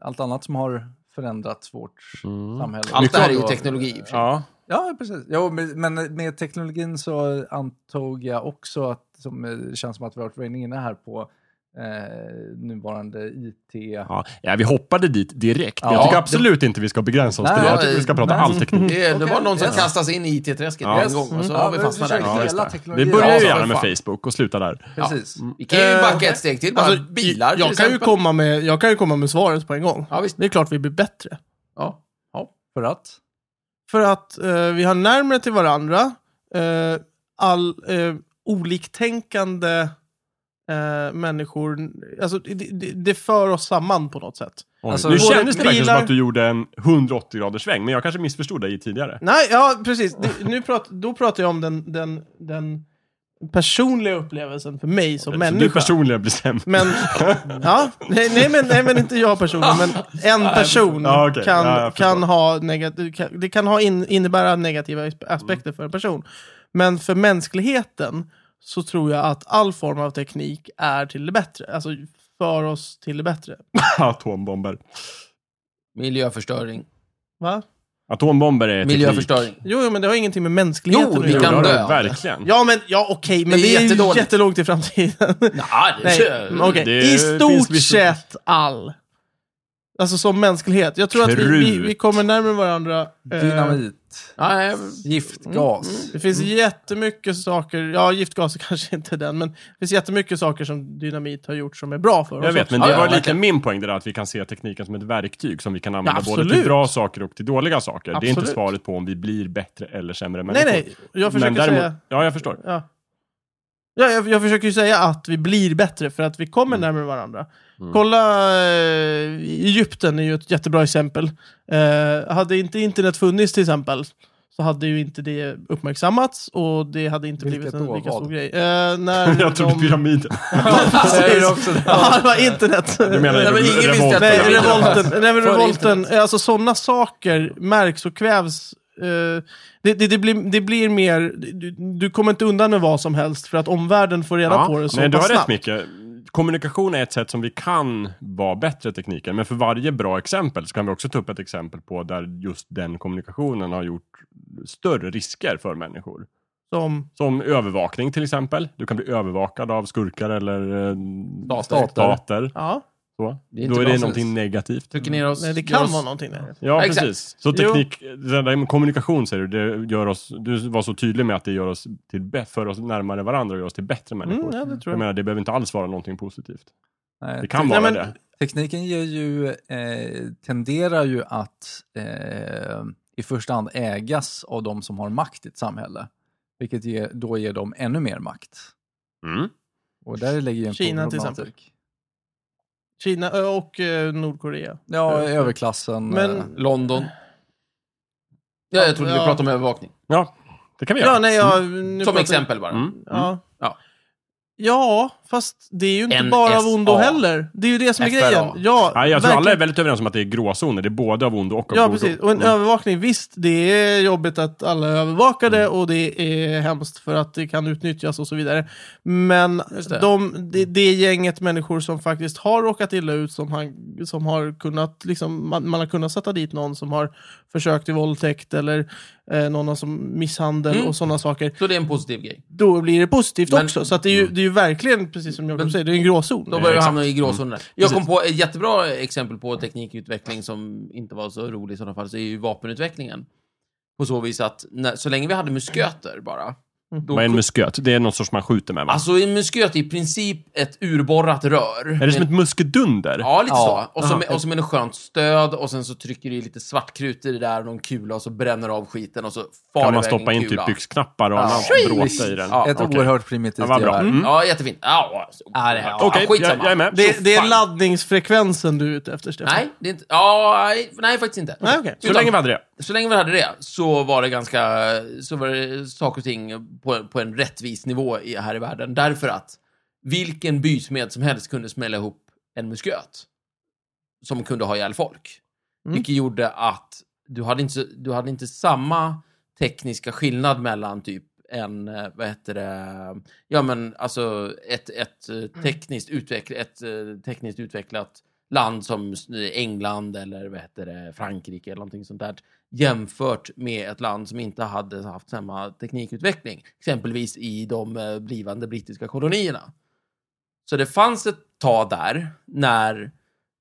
[SPEAKER 2] allt annat som har förändrats vårt
[SPEAKER 4] Mm.
[SPEAKER 2] samhälle.
[SPEAKER 3] Allt det här är ju
[SPEAKER 2] Och-
[SPEAKER 3] teknologi i och för sig.
[SPEAKER 4] Ja.
[SPEAKER 2] Ja, precis. Jo, men- men med teknologin så antog jag också att, som eh, känns som att vi har varit redan inne här på eh, nuvarande IT.
[SPEAKER 4] Ja. ja, vi hoppade dit direkt. Men jag
[SPEAKER 2] Ja,
[SPEAKER 4] tycker
[SPEAKER 2] det-
[SPEAKER 4] absolut inte vi ska begränsa oss till det. Jag tycker vi ska prata
[SPEAKER 2] Nej.
[SPEAKER 4] all teknik.
[SPEAKER 3] Det, det
[SPEAKER 2] Okej,
[SPEAKER 3] var någon som
[SPEAKER 2] yes.
[SPEAKER 3] kastade sig in i IT-träsket
[SPEAKER 4] Ja.
[SPEAKER 3] en gång och så
[SPEAKER 2] Mm.
[SPEAKER 3] har vi
[SPEAKER 2] Ja,
[SPEAKER 3] fastnat
[SPEAKER 2] vi
[SPEAKER 3] där.
[SPEAKER 4] Ja, just
[SPEAKER 2] Hela
[SPEAKER 4] det.
[SPEAKER 2] teknologi.
[SPEAKER 4] det börjar ju
[SPEAKER 3] Ja,
[SPEAKER 4] gärna
[SPEAKER 3] för
[SPEAKER 4] med
[SPEAKER 3] fan.
[SPEAKER 4] Facebook och slutar där.
[SPEAKER 3] Ja.
[SPEAKER 2] Precis.
[SPEAKER 3] Vi kan ju
[SPEAKER 1] Eh,
[SPEAKER 3] backa ett steg till. Bara
[SPEAKER 1] Alltså,
[SPEAKER 3] bilar till
[SPEAKER 1] jag, kan ju
[SPEAKER 3] exempel.
[SPEAKER 1] komma med, jag kan ju komma med svaret på en gång.
[SPEAKER 3] Ja, visst.
[SPEAKER 1] Det är klart vi blir bättre.
[SPEAKER 3] Ja.
[SPEAKER 2] För att?
[SPEAKER 1] För att eh, vi har närmare till varandra. Eh, all eh, oliktänkande eh, människor, alltså det, det, det för oss samman på något sätt.
[SPEAKER 4] Oj,
[SPEAKER 2] Alltså,
[SPEAKER 4] nu
[SPEAKER 1] både
[SPEAKER 4] kändes det verkligen
[SPEAKER 1] bilar-
[SPEAKER 4] som att du gjorde en 180 graders sväng, men jag kanske missförstod dig tidigare.
[SPEAKER 1] Nej, ja precis. Det, nu prat, då pratar jag om den, den, den personliga upplevelsen för mig som
[SPEAKER 4] Så du
[SPEAKER 1] människa.
[SPEAKER 4] personligen blir sämre.
[SPEAKER 1] Men, ja, nej, nej, men, nej men inte jag personligen, men en person
[SPEAKER 4] Ja, okej.
[SPEAKER 1] kan,
[SPEAKER 4] Ja, jag förstår.
[SPEAKER 1] kan ha negativ, kan, det kan ha in, innebära negativa aspe- aspekter för en person. Men för mänskligheten så tror jag att all form av teknik är till det bättre. Alltså för oss till det bättre.
[SPEAKER 4] Atombomber.
[SPEAKER 3] Miljöförstöring.
[SPEAKER 1] Va?
[SPEAKER 4] Atombomber är teknik.
[SPEAKER 3] Miljöförstöring.
[SPEAKER 1] Jo, jo, men det har ingenting med mänskligheten
[SPEAKER 3] Jo,
[SPEAKER 1] att
[SPEAKER 3] vi
[SPEAKER 4] Jo,
[SPEAKER 1] göra.
[SPEAKER 4] det
[SPEAKER 3] kan
[SPEAKER 4] har
[SPEAKER 3] dö.
[SPEAKER 4] de Verkligen.
[SPEAKER 1] Ja, men ja, okej, men
[SPEAKER 3] Det är
[SPEAKER 1] det är, ju
[SPEAKER 3] jättedåligt.
[SPEAKER 1] jättelångt i framtiden.
[SPEAKER 3] Nej, det-
[SPEAKER 1] Nej, men okej.
[SPEAKER 4] Det
[SPEAKER 1] I
[SPEAKER 4] finns
[SPEAKER 1] stort
[SPEAKER 4] vissa-
[SPEAKER 1] sett all. Alltså som mänsklighet. Jag tror att vi, vi, vi kommer närmare varandra. eh,
[SPEAKER 2] Dynamit,
[SPEAKER 3] Nej, Mm.
[SPEAKER 2] giftgas.
[SPEAKER 1] det finns
[SPEAKER 4] Mm.
[SPEAKER 1] jättemycket saker, ja giftgas är kanske inte den, men det finns jättemycket saker som dynamit har gjort som är bra för oss.
[SPEAKER 4] Jag vet,
[SPEAKER 1] också.
[SPEAKER 4] men det
[SPEAKER 3] Ja, ja,
[SPEAKER 4] var lite
[SPEAKER 3] verkligen.
[SPEAKER 4] min poäng det där att vi kan se tekniken som ett verktyg som vi kan använda både till
[SPEAKER 1] absolut.
[SPEAKER 4] bra saker och till dåliga saker. Det är inte
[SPEAKER 1] Absolut.
[SPEAKER 4] svaret på om vi blir bättre eller sämre
[SPEAKER 1] Nej,
[SPEAKER 4] människor.
[SPEAKER 1] nej, jag försöker
[SPEAKER 4] Men däremot,
[SPEAKER 1] säga...
[SPEAKER 4] Ja, jag förstår.
[SPEAKER 1] Ja. Ja, jag, jag försöker ju säga att vi blir bättre för att vi kommer närmare varandra. Kolla, eh, Egypten är ju ett jättebra exempel. Eh, hade inte internet funnits till exempel så hade ju inte det uppmärksammats och det hade inte
[SPEAKER 2] Vilket
[SPEAKER 1] blivit en
[SPEAKER 2] då?
[SPEAKER 1] lika stor
[SPEAKER 2] Vad?
[SPEAKER 1] grej. Eh, när
[SPEAKER 4] Jag trodde
[SPEAKER 1] de...
[SPEAKER 4] pyramiden.
[SPEAKER 2] Det
[SPEAKER 1] Precis.
[SPEAKER 2] är också det.
[SPEAKER 1] Ja, det var internet.
[SPEAKER 4] Du menar
[SPEAKER 3] Nej, men ingen visste att
[SPEAKER 4] revolten.
[SPEAKER 1] Nej,
[SPEAKER 3] Förr
[SPEAKER 1] revolten. Nej, men
[SPEAKER 3] Förr
[SPEAKER 1] revolten. Alltså sådana saker märks och kvävs. eh, det, det, det, blir, det blir mer... Du, du kommer inte undan med vad som helst för att omvärlden får reda
[SPEAKER 4] Ja.
[SPEAKER 1] på det så
[SPEAKER 4] Nej, du
[SPEAKER 1] pass
[SPEAKER 4] har rätt
[SPEAKER 1] snabbt.
[SPEAKER 4] Micke. Kommunikation är ett sätt som vi kan vara bättre i tekniken, men för varje bra exempel så kan vi också ta upp ett exempel på där just den kommunikationen har gjort större risker för människor.
[SPEAKER 1] Som,
[SPEAKER 4] Som övervakning till exempel. Du kan bli övervakad av skurkar eller eh,
[SPEAKER 3] Stater.
[SPEAKER 4] stater.
[SPEAKER 1] ja.
[SPEAKER 4] Så.
[SPEAKER 3] Det är inte
[SPEAKER 4] Då
[SPEAKER 3] bra
[SPEAKER 4] är det
[SPEAKER 3] sens.
[SPEAKER 4] någonting negativt.
[SPEAKER 3] Trycker ner oss.
[SPEAKER 1] Nej, det
[SPEAKER 3] gör
[SPEAKER 1] kan
[SPEAKER 3] oss-
[SPEAKER 1] vara någonting där.
[SPEAKER 4] Ja,
[SPEAKER 3] Exakt.
[SPEAKER 4] precis. Så
[SPEAKER 1] Jo.
[SPEAKER 4] teknik, det där med kommunikation säger du, det gör oss, du var så tydlig med att det gör oss till, bä- för oss närmare varandra och gör oss till bättre människor.
[SPEAKER 1] Mm, ja, det tror
[SPEAKER 4] Jag
[SPEAKER 1] jag.
[SPEAKER 4] menar, det behöver inte alls vara någonting positivt.
[SPEAKER 2] Nej,
[SPEAKER 4] Det kan
[SPEAKER 1] Nej,
[SPEAKER 4] vara
[SPEAKER 1] men-
[SPEAKER 4] det.
[SPEAKER 2] Tekniken ger ju, eh, tenderar ju att eh, i första hand ägas av de som har makt i ett samhälle. Vilket ger, då ger dem ännu mer makt.
[SPEAKER 4] Mm.
[SPEAKER 2] Och där lägger ju en
[SPEAKER 1] Kina till
[SPEAKER 2] problematik.
[SPEAKER 1] Kina ö, och eh, Nordkorea.
[SPEAKER 2] Ja, överklassen.
[SPEAKER 1] Men-
[SPEAKER 2] eh,
[SPEAKER 3] London. Ja, jag trodde vi
[SPEAKER 1] Ja.
[SPEAKER 3] pratade om övervakning.
[SPEAKER 4] Ja, det kan vi göra.
[SPEAKER 1] Ja, nej, jag, nu
[SPEAKER 3] Som
[SPEAKER 1] pratar-
[SPEAKER 3] exempel bara.
[SPEAKER 4] Mm.
[SPEAKER 1] Ja.
[SPEAKER 3] Ja.
[SPEAKER 1] ja, fast det är ju inte
[SPEAKER 3] NSA.
[SPEAKER 1] bara av ondo heller. Det är ju det som är
[SPEAKER 3] FRA.
[SPEAKER 1] grejen. Ja,
[SPEAKER 4] Nej, jag tror
[SPEAKER 1] verkligen.
[SPEAKER 4] alla är väldigt överens om att det är gråzoner. Det är både av ondo och av
[SPEAKER 1] Ja,
[SPEAKER 4] godo.
[SPEAKER 1] precis. Och en
[SPEAKER 4] Mm.
[SPEAKER 1] övervakning, visst, det är jobbigt att alla är övervakade
[SPEAKER 3] Mm.
[SPEAKER 1] och det är hemskt för att det kan utnyttjas och så vidare. Men
[SPEAKER 3] Just det. Mm.
[SPEAKER 1] De, det, det gänget människor som faktiskt har råkat illa ut, som, han, som har kunnat, liksom, man, man har kunnat sätta dit någon som har försökt till våldtäkt eller eh, någon som misshandel
[SPEAKER 3] Mm.
[SPEAKER 1] och sådana saker.
[SPEAKER 3] Så det är en positiv grej.
[SPEAKER 1] Då blir det positivt
[SPEAKER 3] Men- Mm.
[SPEAKER 1] också. Så att det, är ju, det är ju verkligen, precis som Jakob
[SPEAKER 3] Men-
[SPEAKER 1] säger, det är en gråzon.
[SPEAKER 3] Då börjar vi
[SPEAKER 4] exakt.
[SPEAKER 3] hamna i gråzonen. där. Jag
[SPEAKER 4] Precis.
[SPEAKER 3] kom på ett jättebra exempel på teknikutveckling som inte var så rolig i sådana fall, så är ju vapenutvecklingen. På så vis att när, så länge vi hade musköter bara.
[SPEAKER 1] Mm.
[SPEAKER 3] Då,
[SPEAKER 4] Vad är en musköt? Det är någon sorts man skjuter med, va?
[SPEAKER 3] alltså en musköt är i princip ett urborrat rör.
[SPEAKER 4] är det som ett muskedunder?
[SPEAKER 3] Ja, lite
[SPEAKER 2] Ja.
[SPEAKER 3] så. Och så, med, och så med en skönt stöd och sen så trycker du i lite svartkrut i det där och någon kula och så bränner av skiten och så far
[SPEAKER 4] kan man
[SPEAKER 3] iväg
[SPEAKER 4] stoppa
[SPEAKER 3] en
[SPEAKER 4] in typ
[SPEAKER 3] kula.
[SPEAKER 4] byxknappar och annan bråte i den?
[SPEAKER 3] Ja,
[SPEAKER 2] ett
[SPEAKER 4] okej.
[SPEAKER 2] oerhört primitivt
[SPEAKER 4] Ja, vad bra.
[SPEAKER 2] gevär.
[SPEAKER 4] Mm.
[SPEAKER 3] Ja, jättefint. Ja, så-
[SPEAKER 2] Ja, det är-
[SPEAKER 3] ja,
[SPEAKER 4] Okej, jag,
[SPEAKER 3] skitsamma.
[SPEAKER 4] jag är med.
[SPEAKER 1] Det, det är
[SPEAKER 3] Fan.
[SPEAKER 1] laddningsfrekvensen du är ute efter, Stefan.
[SPEAKER 3] Nej, det är inte... Ja, nej, nej, faktiskt inte.
[SPEAKER 1] Nej, okej.
[SPEAKER 4] Så länge vi hade det.
[SPEAKER 3] Så länge vi hade det så var det ganska, så var det saker och ting på, på en rättvis nivå i, här i världen. Därför att vilken bysmed som helst kunde smälla ihop en musköt som kunde ha ihjäl folk.
[SPEAKER 1] Mm.
[SPEAKER 3] Vilket gjorde att du hade, inte, så- du hade inte samma tekniska skillnad mellan typ en, eh, vad heter det, ja men alltså ett, ett, eh, tekniskt, utveck, ett eh, tekniskt utvecklat land som England eller vad heter det, Frankrike eller någonting sånt där jämfört med ett land som inte hade haft samma teknikutveckling, exempelvis i de eh, blivande brittiska kolonierna. Så det fanns ett tag där när,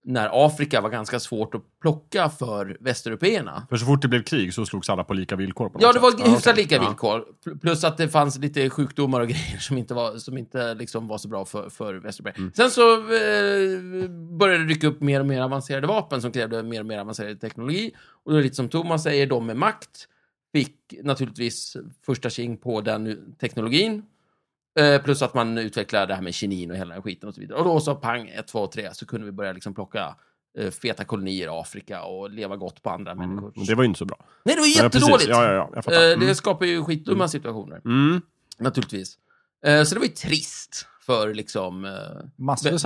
[SPEAKER 3] när Afrika var ganska svårt att plocka för västeuropéerna.
[SPEAKER 4] För så fort det blev krig så slogs alla på lika villkor. På något
[SPEAKER 3] Ja, det var
[SPEAKER 4] sätt. Ja,
[SPEAKER 3] hyfsat
[SPEAKER 4] okej.
[SPEAKER 3] lika
[SPEAKER 4] Ja.
[SPEAKER 3] villkor. Pl- Plus att det fanns lite sjukdomar och grejer som inte var, som inte liksom var så bra för, för Västerberg.
[SPEAKER 4] Mm.
[SPEAKER 3] Sen så eh, började det dyka upp mer och mer avancerade vapen som krävde mer och mer avancerad teknologi. Och då är det lite som Thomas säger, de med makt fick naturligtvis första tjing på den u- teknologin. Eh, plus att man utvecklade det här med kinin och hela den skiten och så vidare. Och då så pang, ett, två, tre, så kunde vi börja liksom plocka eh, feta kolonier i Afrika och leva gott på andra människor.
[SPEAKER 4] Men Mm. Det var ju inte så bra.
[SPEAKER 3] Nej, det var
[SPEAKER 4] Ja, precis.
[SPEAKER 3] jättedåligt!
[SPEAKER 4] Ja, ja, ja. Jag fattar.
[SPEAKER 3] Eh,
[SPEAKER 4] Mm.
[SPEAKER 3] Det skapar ju skitdumma situationer,
[SPEAKER 4] Mm.
[SPEAKER 3] naturligtvis. Eh, Så det var ju trist för liksom eh,
[SPEAKER 4] Alltså,
[SPEAKER 2] Massvis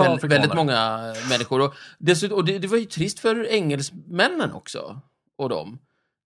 [SPEAKER 3] vä-
[SPEAKER 2] av
[SPEAKER 3] vä-
[SPEAKER 2] afrikaner.
[SPEAKER 3] väldigt många människor. Och, dessutom, och det, det var ju trist för engelsmännen också, och dem.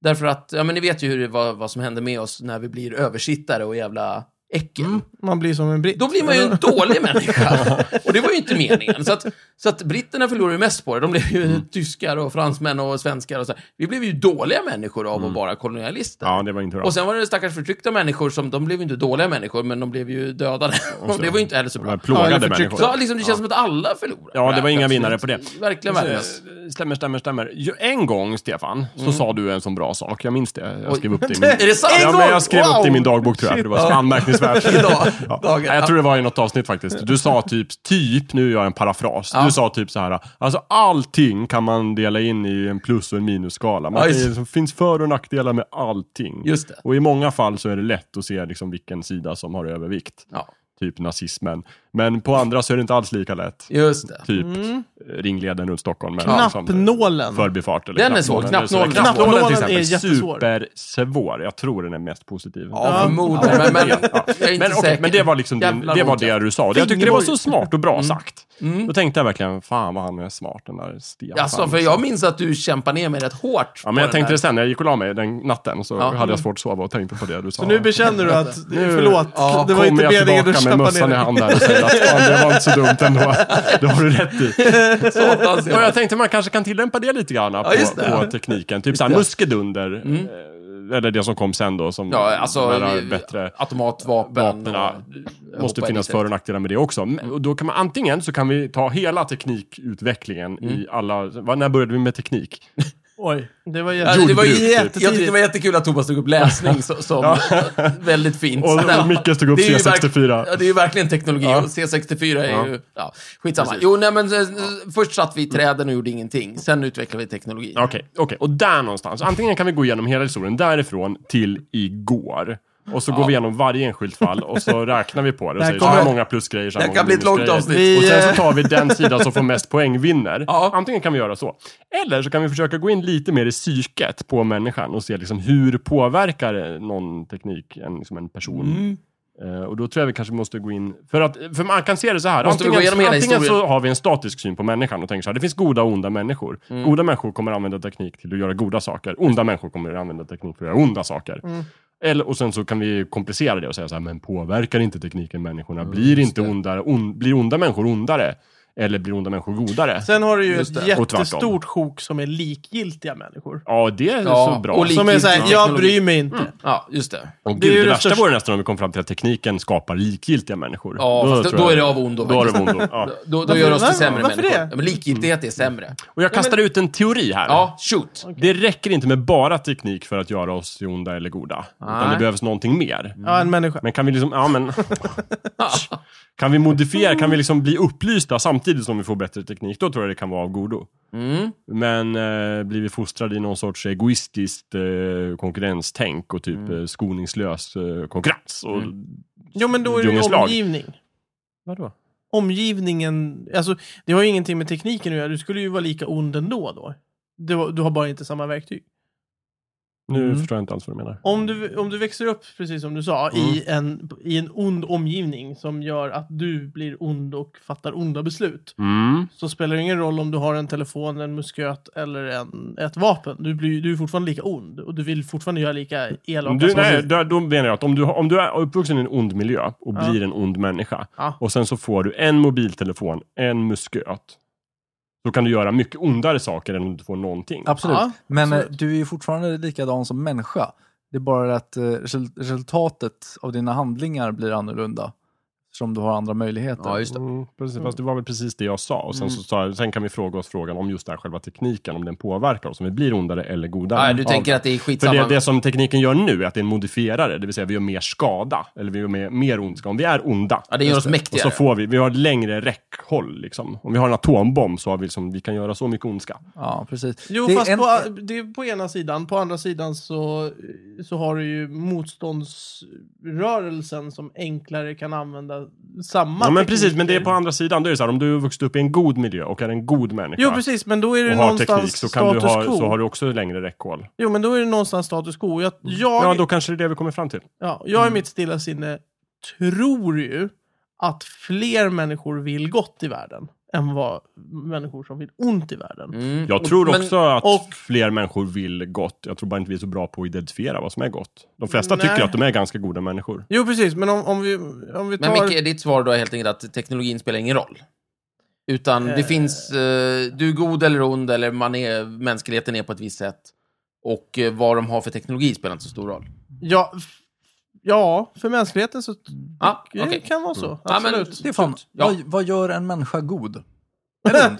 [SPEAKER 3] Därför att, ja men ni vet ju hur det var, vad som hände med oss när vi blir översittare och jävla äckel.
[SPEAKER 4] Mm.
[SPEAKER 1] Man blir som en britt.
[SPEAKER 3] Då blir man ju en dålig människa. Och det var ju inte meningen. Så att, så att britterna förlorade ju mest på det. De blev ju
[SPEAKER 4] Mm.
[SPEAKER 3] tyskar och fransmän och svenskar och så. här. Vi blev ju dåliga människor av att vara kolonialister.
[SPEAKER 4] Mm. Ja, det var inte bra.
[SPEAKER 3] Och sen var det stackars förtryckta människor som, de blev ju inte dåliga människor, men de blev ju dödade. Och det var ju inte heller så
[SPEAKER 4] De här
[SPEAKER 3] bra.
[SPEAKER 1] Ja,
[SPEAKER 4] plågade
[SPEAKER 1] eller förtryckta.
[SPEAKER 4] människor.
[SPEAKER 3] Så liksom, det känns som att alla förlorade.
[SPEAKER 4] Ja, det var inga
[SPEAKER 3] Plötsligt.
[SPEAKER 4] vinnare på det.
[SPEAKER 3] Verkligen värdelöst.
[SPEAKER 4] Eh, Stämmer, stämmer, stämmer. Jo, En gång, Stefan, så sa du en sån bra sak. Jag minns det. Jag
[SPEAKER 3] Mm. Oj.
[SPEAKER 4] skrev upp det i min...
[SPEAKER 3] Är det sant?
[SPEAKER 4] Ja, men jag skrev upp det i min
[SPEAKER 1] Wow!
[SPEAKER 4] dagbok tror jag. för Det var så anmärkningsvärt. Ja.
[SPEAKER 2] dagen.
[SPEAKER 4] Nej, Jag tror det var i något avsnitt faktiskt. Du sa typ, typ, nu gör jag en parafras.
[SPEAKER 3] Ja.
[SPEAKER 4] Du sa typ så här, alltså allting kan man dela in i en plus och en minusskala. Man
[SPEAKER 3] Ja,
[SPEAKER 4] kan,
[SPEAKER 3] just-
[SPEAKER 4] liksom, finns för och nackdelar med allting.
[SPEAKER 3] Just det.
[SPEAKER 4] Och i många fall så är det lätt att se liksom vilken sida som har övervikt.
[SPEAKER 3] Ja,
[SPEAKER 4] Typ nazismen. Men på andra så är det inte alls lika lätt.
[SPEAKER 3] just det.
[SPEAKER 4] Typ
[SPEAKER 3] Mm.
[SPEAKER 4] ringleden runt Stockholm. men liksom
[SPEAKER 1] Knappnålen.
[SPEAKER 4] Förbifart. Eller
[SPEAKER 3] Den är svår. Knappnålen.
[SPEAKER 1] Knappnålen
[SPEAKER 4] till
[SPEAKER 1] är
[SPEAKER 4] exempel.
[SPEAKER 1] jättesvår.
[SPEAKER 4] Supersvår. Jag tror den är mest positiv.
[SPEAKER 3] Ja, förmodligen. Men, men, jag är inte
[SPEAKER 4] Men, okej,
[SPEAKER 3] säker.
[SPEAKER 4] men det var liksom din,
[SPEAKER 3] Jävla
[SPEAKER 4] det, var
[SPEAKER 3] roligt.
[SPEAKER 4] det du sa. Och Jag tyckte det var så
[SPEAKER 1] Fingerborg.
[SPEAKER 4] smart och bra sagt. Då tänkte jag verkligen, fan vad han är smart den där Stefan.
[SPEAKER 3] Alltså, för jag minns att du kämpade ner mig rätt hårt.
[SPEAKER 4] Ja,
[SPEAKER 3] på
[SPEAKER 4] men jag
[SPEAKER 3] den
[SPEAKER 4] tänkte
[SPEAKER 3] där.
[SPEAKER 4] det sen när jag gick och la mig den natten så
[SPEAKER 3] Ja.
[SPEAKER 4] hade jag svårt att sova och tänkte på det du sa.
[SPEAKER 1] Så nu bekänner du att, förlåt,
[SPEAKER 4] Ja,
[SPEAKER 1] det var
[SPEAKER 4] kommer
[SPEAKER 1] inte
[SPEAKER 4] jag
[SPEAKER 1] meningen att
[SPEAKER 4] tillbaka med
[SPEAKER 1] köpa ner
[SPEAKER 4] mössan i
[SPEAKER 1] dig.
[SPEAKER 4] handen och säger att fan, det var inte så dumt ändå. Det har du rätt i.
[SPEAKER 3] Satans
[SPEAKER 4] Ja,
[SPEAKER 3] jävla-
[SPEAKER 4] jag tänkte man kanske kan tillämpa det lite grann
[SPEAKER 3] just
[SPEAKER 4] på,
[SPEAKER 3] det.
[SPEAKER 4] på tekniken. Typ såhär muskedunder. Eh, eller det som kom sen då, som
[SPEAKER 3] Ja, alltså,
[SPEAKER 4] de här
[SPEAKER 3] eh,
[SPEAKER 4] bättre
[SPEAKER 3] Automatvapen.
[SPEAKER 4] Vapen, ja.
[SPEAKER 3] och-
[SPEAKER 4] måste
[SPEAKER 3] hoppa in
[SPEAKER 4] finnas
[SPEAKER 3] i
[SPEAKER 4] för och nackdelar med det också. Men, och då kan man antingen så kan vi ta hela teknikutvecklingen
[SPEAKER 3] Mm.
[SPEAKER 4] i alla, va, när började vi med teknik?
[SPEAKER 1] Oj, det var
[SPEAKER 3] Ja, det var
[SPEAKER 4] Jordbruk, typ.
[SPEAKER 3] jätte, jag tyckte det var jättekul att Thomas tog upp läsning så, som väldigt fint.
[SPEAKER 4] Och, och Micke stod upp
[SPEAKER 3] Det är ju
[SPEAKER 4] C64.
[SPEAKER 3] verk- Ja, det är ju verkligen teknologi. Och C64 är
[SPEAKER 4] Ja.
[SPEAKER 3] ju... Ja, skitsamma. Jo, nej, men eh, först satt vi i träden och gjorde ingenting. Sen utvecklade vi teknologi.
[SPEAKER 4] Okej, okej. Och där någonstans. Antingen kan vi gå igenom hela historien därifrån till igår. Och så går vi igenom varje enskilt fall och så räknar vi på det och
[SPEAKER 1] Där
[SPEAKER 4] säger så
[SPEAKER 1] kommer-
[SPEAKER 4] här många plusgrejer, så här
[SPEAKER 3] Det
[SPEAKER 4] många
[SPEAKER 3] kan bli ett långt
[SPEAKER 4] minusgrejer.
[SPEAKER 3] avsnitt.
[SPEAKER 1] Vi-
[SPEAKER 4] Och sen så tar vi den sida som får mest poäng vinner.
[SPEAKER 3] Ja.
[SPEAKER 4] Antingen kan vi göra så. Eller så kan vi försöka gå in lite mer i psyket på människan och se liksom hur påverkar någon teknik en, liksom en person.
[SPEAKER 3] Mm.
[SPEAKER 4] Eh, och då tror jag vi kanske måste gå in... För, att, för man kan se det så här.
[SPEAKER 3] Måste vi gå igenom
[SPEAKER 4] antingen
[SPEAKER 3] hela
[SPEAKER 4] antingen så
[SPEAKER 3] historien?
[SPEAKER 4] har vi en statisk syn på människan och tänker så här, det finns goda och onda människor.
[SPEAKER 3] Mm.
[SPEAKER 4] Goda människor kommer använda teknik till att göra goda saker. Onda människor kommer använda teknik för att göra onda saker.
[SPEAKER 3] Mm.
[SPEAKER 4] Eller, och sen så kan vi komplicera det och säga så här, men påverkar inte tekniken människorna?
[SPEAKER 3] Mm,
[SPEAKER 4] blir inte ondare, on, blir onda människor ondare? Eller blir onda människor godare?
[SPEAKER 1] Sen har du ju
[SPEAKER 3] Just
[SPEAKER 1] ett
[SPEAKER 3] det.
[SPEAKER 4] Och tvärtom.
[SPEAKER 1] jättestort sjok som är likgiltiga människor.
[SPEAKER 4] Ja, det är
[SPEAKER 3] Ja,
[SPEAKER 4] så bra.
[SPEAKER 3] och lik-
[SPEAKER 4] Och
[SPEAKER 1] Som är såhär,
[SPEAKER 3] Likgiltig
[SPEAKER 1] jag
[SPEAKER 3] teknologi.
[SPEAKER 1] bryr
[SPEAKER 4] Mm.
[SPEAKER 1] mig inte.
[SPEAKER 3] Ja, just det.
[SPEAKER 4] Gud,
[SPEAKER 1] det är ju
[SPEAKER 4] det,
[SPEAKER 1] det
[SPEAKER 4] värsta
[SPEAKER 1] största-
[SPEAKER 4] vore nästan om vi kom fram till att tekniken skapar likgiltiga människor.
[SPEAKER 3] Ja, då, fast då,
[SPEAKER 4] tror
[SPEAKER 3] då
[SPEAKER 4] jag-
[SPEAKER 3] är det av ondo.
[SPEAKER 4] Då är
[SPEAKER 3] faktiskt.
[SPEAKER 4] det av ondo. Mm. Ja.
[SPEAKER 3] Då, då
[SPEAKER 1] Varför-
[SPEAKER 3] gör oss till
[SPEAKER 1] varför-
[SPEAKER 3] sämre
[SPEAKER 1] varför
[SPEAKER 3] människor.
[SPEAKER 1] det?
[SPEAKER 3] Ja, men likgiltighet är sämre.
[SPEAKER 4] Och jag kastar ut en teori här.
[SPEAKER 3] Ja, shoot.
[SPEAKER 4] Det räcker inte med bara teknik för att göra oss till onda eller goda. Utan
[SPEAKER 3] Nej.
[SPEAKER 4] det behövs någonting mer.
[SPEAKER 1] Ja, en människa.
[SPEAKER 4] Men kan vi liksom, ja men... kan vi modifiera, kan vi liksom bli upplysta samtidigt som vi får bättre teknik? Då tror jag det kan vara av godo.
[SPEAKER 3] Mm.
[SPEAKER 4] Men eh, blir vi fostrade i någon sorts egoistiskt eh, konkurrenstänk och typ eh, skoningslös eh, konkurrens? Och,
[SPEAKER 1] Jo, men då är det ju
[SPEAKER 4] Djungelns lag.
[SPEAKER 1] omgivning.
[SPEAKER 4] Vadå?
[SPEAKER 1] Omgivningen, alltså det har ju ingenting med tekniken att göra. Du skulle ju vara lika ond ändå då. Du, har- du har bara inte samma verktyg.
[SPEAKER 4] Nu
[SPEAKER 1] Mm.
[SPEAKER 4] förstår jag inte alls vad du menar.
[SPEAKER 1] Om du, om du växer upp, precis som du sa, i,
[SPEAKER 4] Mm.
[SPEAKER 1] en, i en ond omgivning som gör att du blir ond och fattar onda beslut.
[SPEAKER 4] Mm.
[SPEAKER 1] Så spelar det ingen roll om du har en telefon, en musköt eller en, ett vapen. Du, blir, du är fortfarande lika ond och du vill fortfarande göra lika elaka
[SPEAKER 4] Du,
[SPEAKER 1] saker.
[SPEAKER 4] nej, då, då menar jag att om du, har- om du är uppvuxen i en ond miljö och
[SPEAKER 1] Ja.
[SPEAKER 4] blir en ond människa
[SPEAKER 1] Ja.
[SPEAKER 4] och sen så får du en mobiltelefon, en musköt. Då kan du göra mycket ondare saker än om du får någonting.
[SPEAKER 2] Absolut.
[SPEAKER 1] Ja,
[SPEAKER 2] Men eh,
[SPEAKER 1] absolut.
[SPEAKER 2] du är ju fortfarande likadan som människa. Det är bara att eh, result- resultatet av dina handlingar blir annorlunda. Som du har andra möjligheter.
[SPEAKER 3] Ja, just det.
[SPEAKER 4] Mm, precis, fast det var väl precis det jag sa. Och sen, så, sa- sen kan vi fråga oss frågan om just den här själva tekniken, om den påverkar oss, om vi blir ondare eller godare.
[SPEAKER 3] Nej, du
[SPEAKER 4] av
[SPEAKER 3] tänker
[SPEAKER 4] det.
[SPEAKER 3] att det är
[SPEAKER 4] För
[SPEAKER 3] skitsamma.
[SPEAKER 4] det, det som tekniken gör nu är att det är en modifierare, det vill säga vi gör mer skada, eller vi gör mer, mer ondska. Om vi är onda,
[SPEAKER 3] Ja, det gör oss
[SPEAKER 4] och
[SPEAKER 3] mäktigare.
[SPEAKER 4] så får vi, vi har längre räckhåll liksom. Om vi har en atombomb så har vi liksom, vi kan göra så mycket ondska.
[SPEAKER 2] Ja, precis.
[SPEAKER 1] Jo,
[SPEAKER 2] Det är
[SPEAKER 1] fast
[SPEAKER 2] en-
[SPEAKER 1] på, det är på ena sidan. På andra sidan så, så har du ju motståndsrörelsen som enklare kan använda samma
[SPEAKER 4] Ja men precis,
[SPEAKER 1] tekniker.
[SPEAKER 4] men det är på andra sidan, då är det så här, om du har vuxit upp i en god miljö och är en god människa.
[SPEAKER 1] Jo, precis, men då är det
[SPEAKER 4] och har
[SPEAKER 1] någonstans
[SPEAKER 4] teknik så, kan du
[SPEAKER 1] status
[SPEAKER 4] ha,
[SPEAKER 1] quo.
[SPEAKER 4] så har du också längre räckhåll.
[SPEAKER 1] Jo, men då är det någonstans status quo. Jag, jag,
[SPEAKER 4] Ja, då kanske det är det vi kommer fram till.
[SPEAKER 1] ja, jag
[SPEAKER 3] Mm.
[SPEAKER 1] i mitt stilla sinne tror ju att fler människor vill gott i världen än vad människor som vill ont i världen.
[SPEAKER 3] Mm.
[SPEAKER 4] Jag tror
[SPEAKER 3] Men-
[SPEAKER 4] också att
[SPEAKER 1] och-
[SPEAKER 4] fler människor vill gott. Jag tror bara inte vi är så bra på att identifiera vad som är gott. De flesta
[SPEAKER 1] Mm, Nej.
[SPEAKER 4] tycker att de är ganska goda människor.
[SPEAKER 1] Jo, precis, men om, om, vi, om vi tar...
[SPEAKER 3] Men Micke, är ditt svar då helt enkelt att teknologin spelar ingen roll? Utan det
[SPEAKER 1] Eh.
[SPEAKER 3] finns, eh, du är god eller ond, eller man är, mänskligheten är på ett visst sätt. Och eh, vad de har för teknologi spelar inte så stor roll.
[SPEAKER 1] Ja, f- ja, för mänskligheten så
[SPEAKER 3] Ja,
[SPEAKER 1] det
[SPEAKER 3] Mm. Ah, okej. Mm.
[SPEAKER 1] kan vara så.
[SPEAKER 3] Ja, men-
[SPEAKER 1] Absolut.
[SPEAKER 2] Det är fan,
[SPEAKER 3] Ja.
[SPEAKER 2] vad, vad gör en människa god? Eller ond?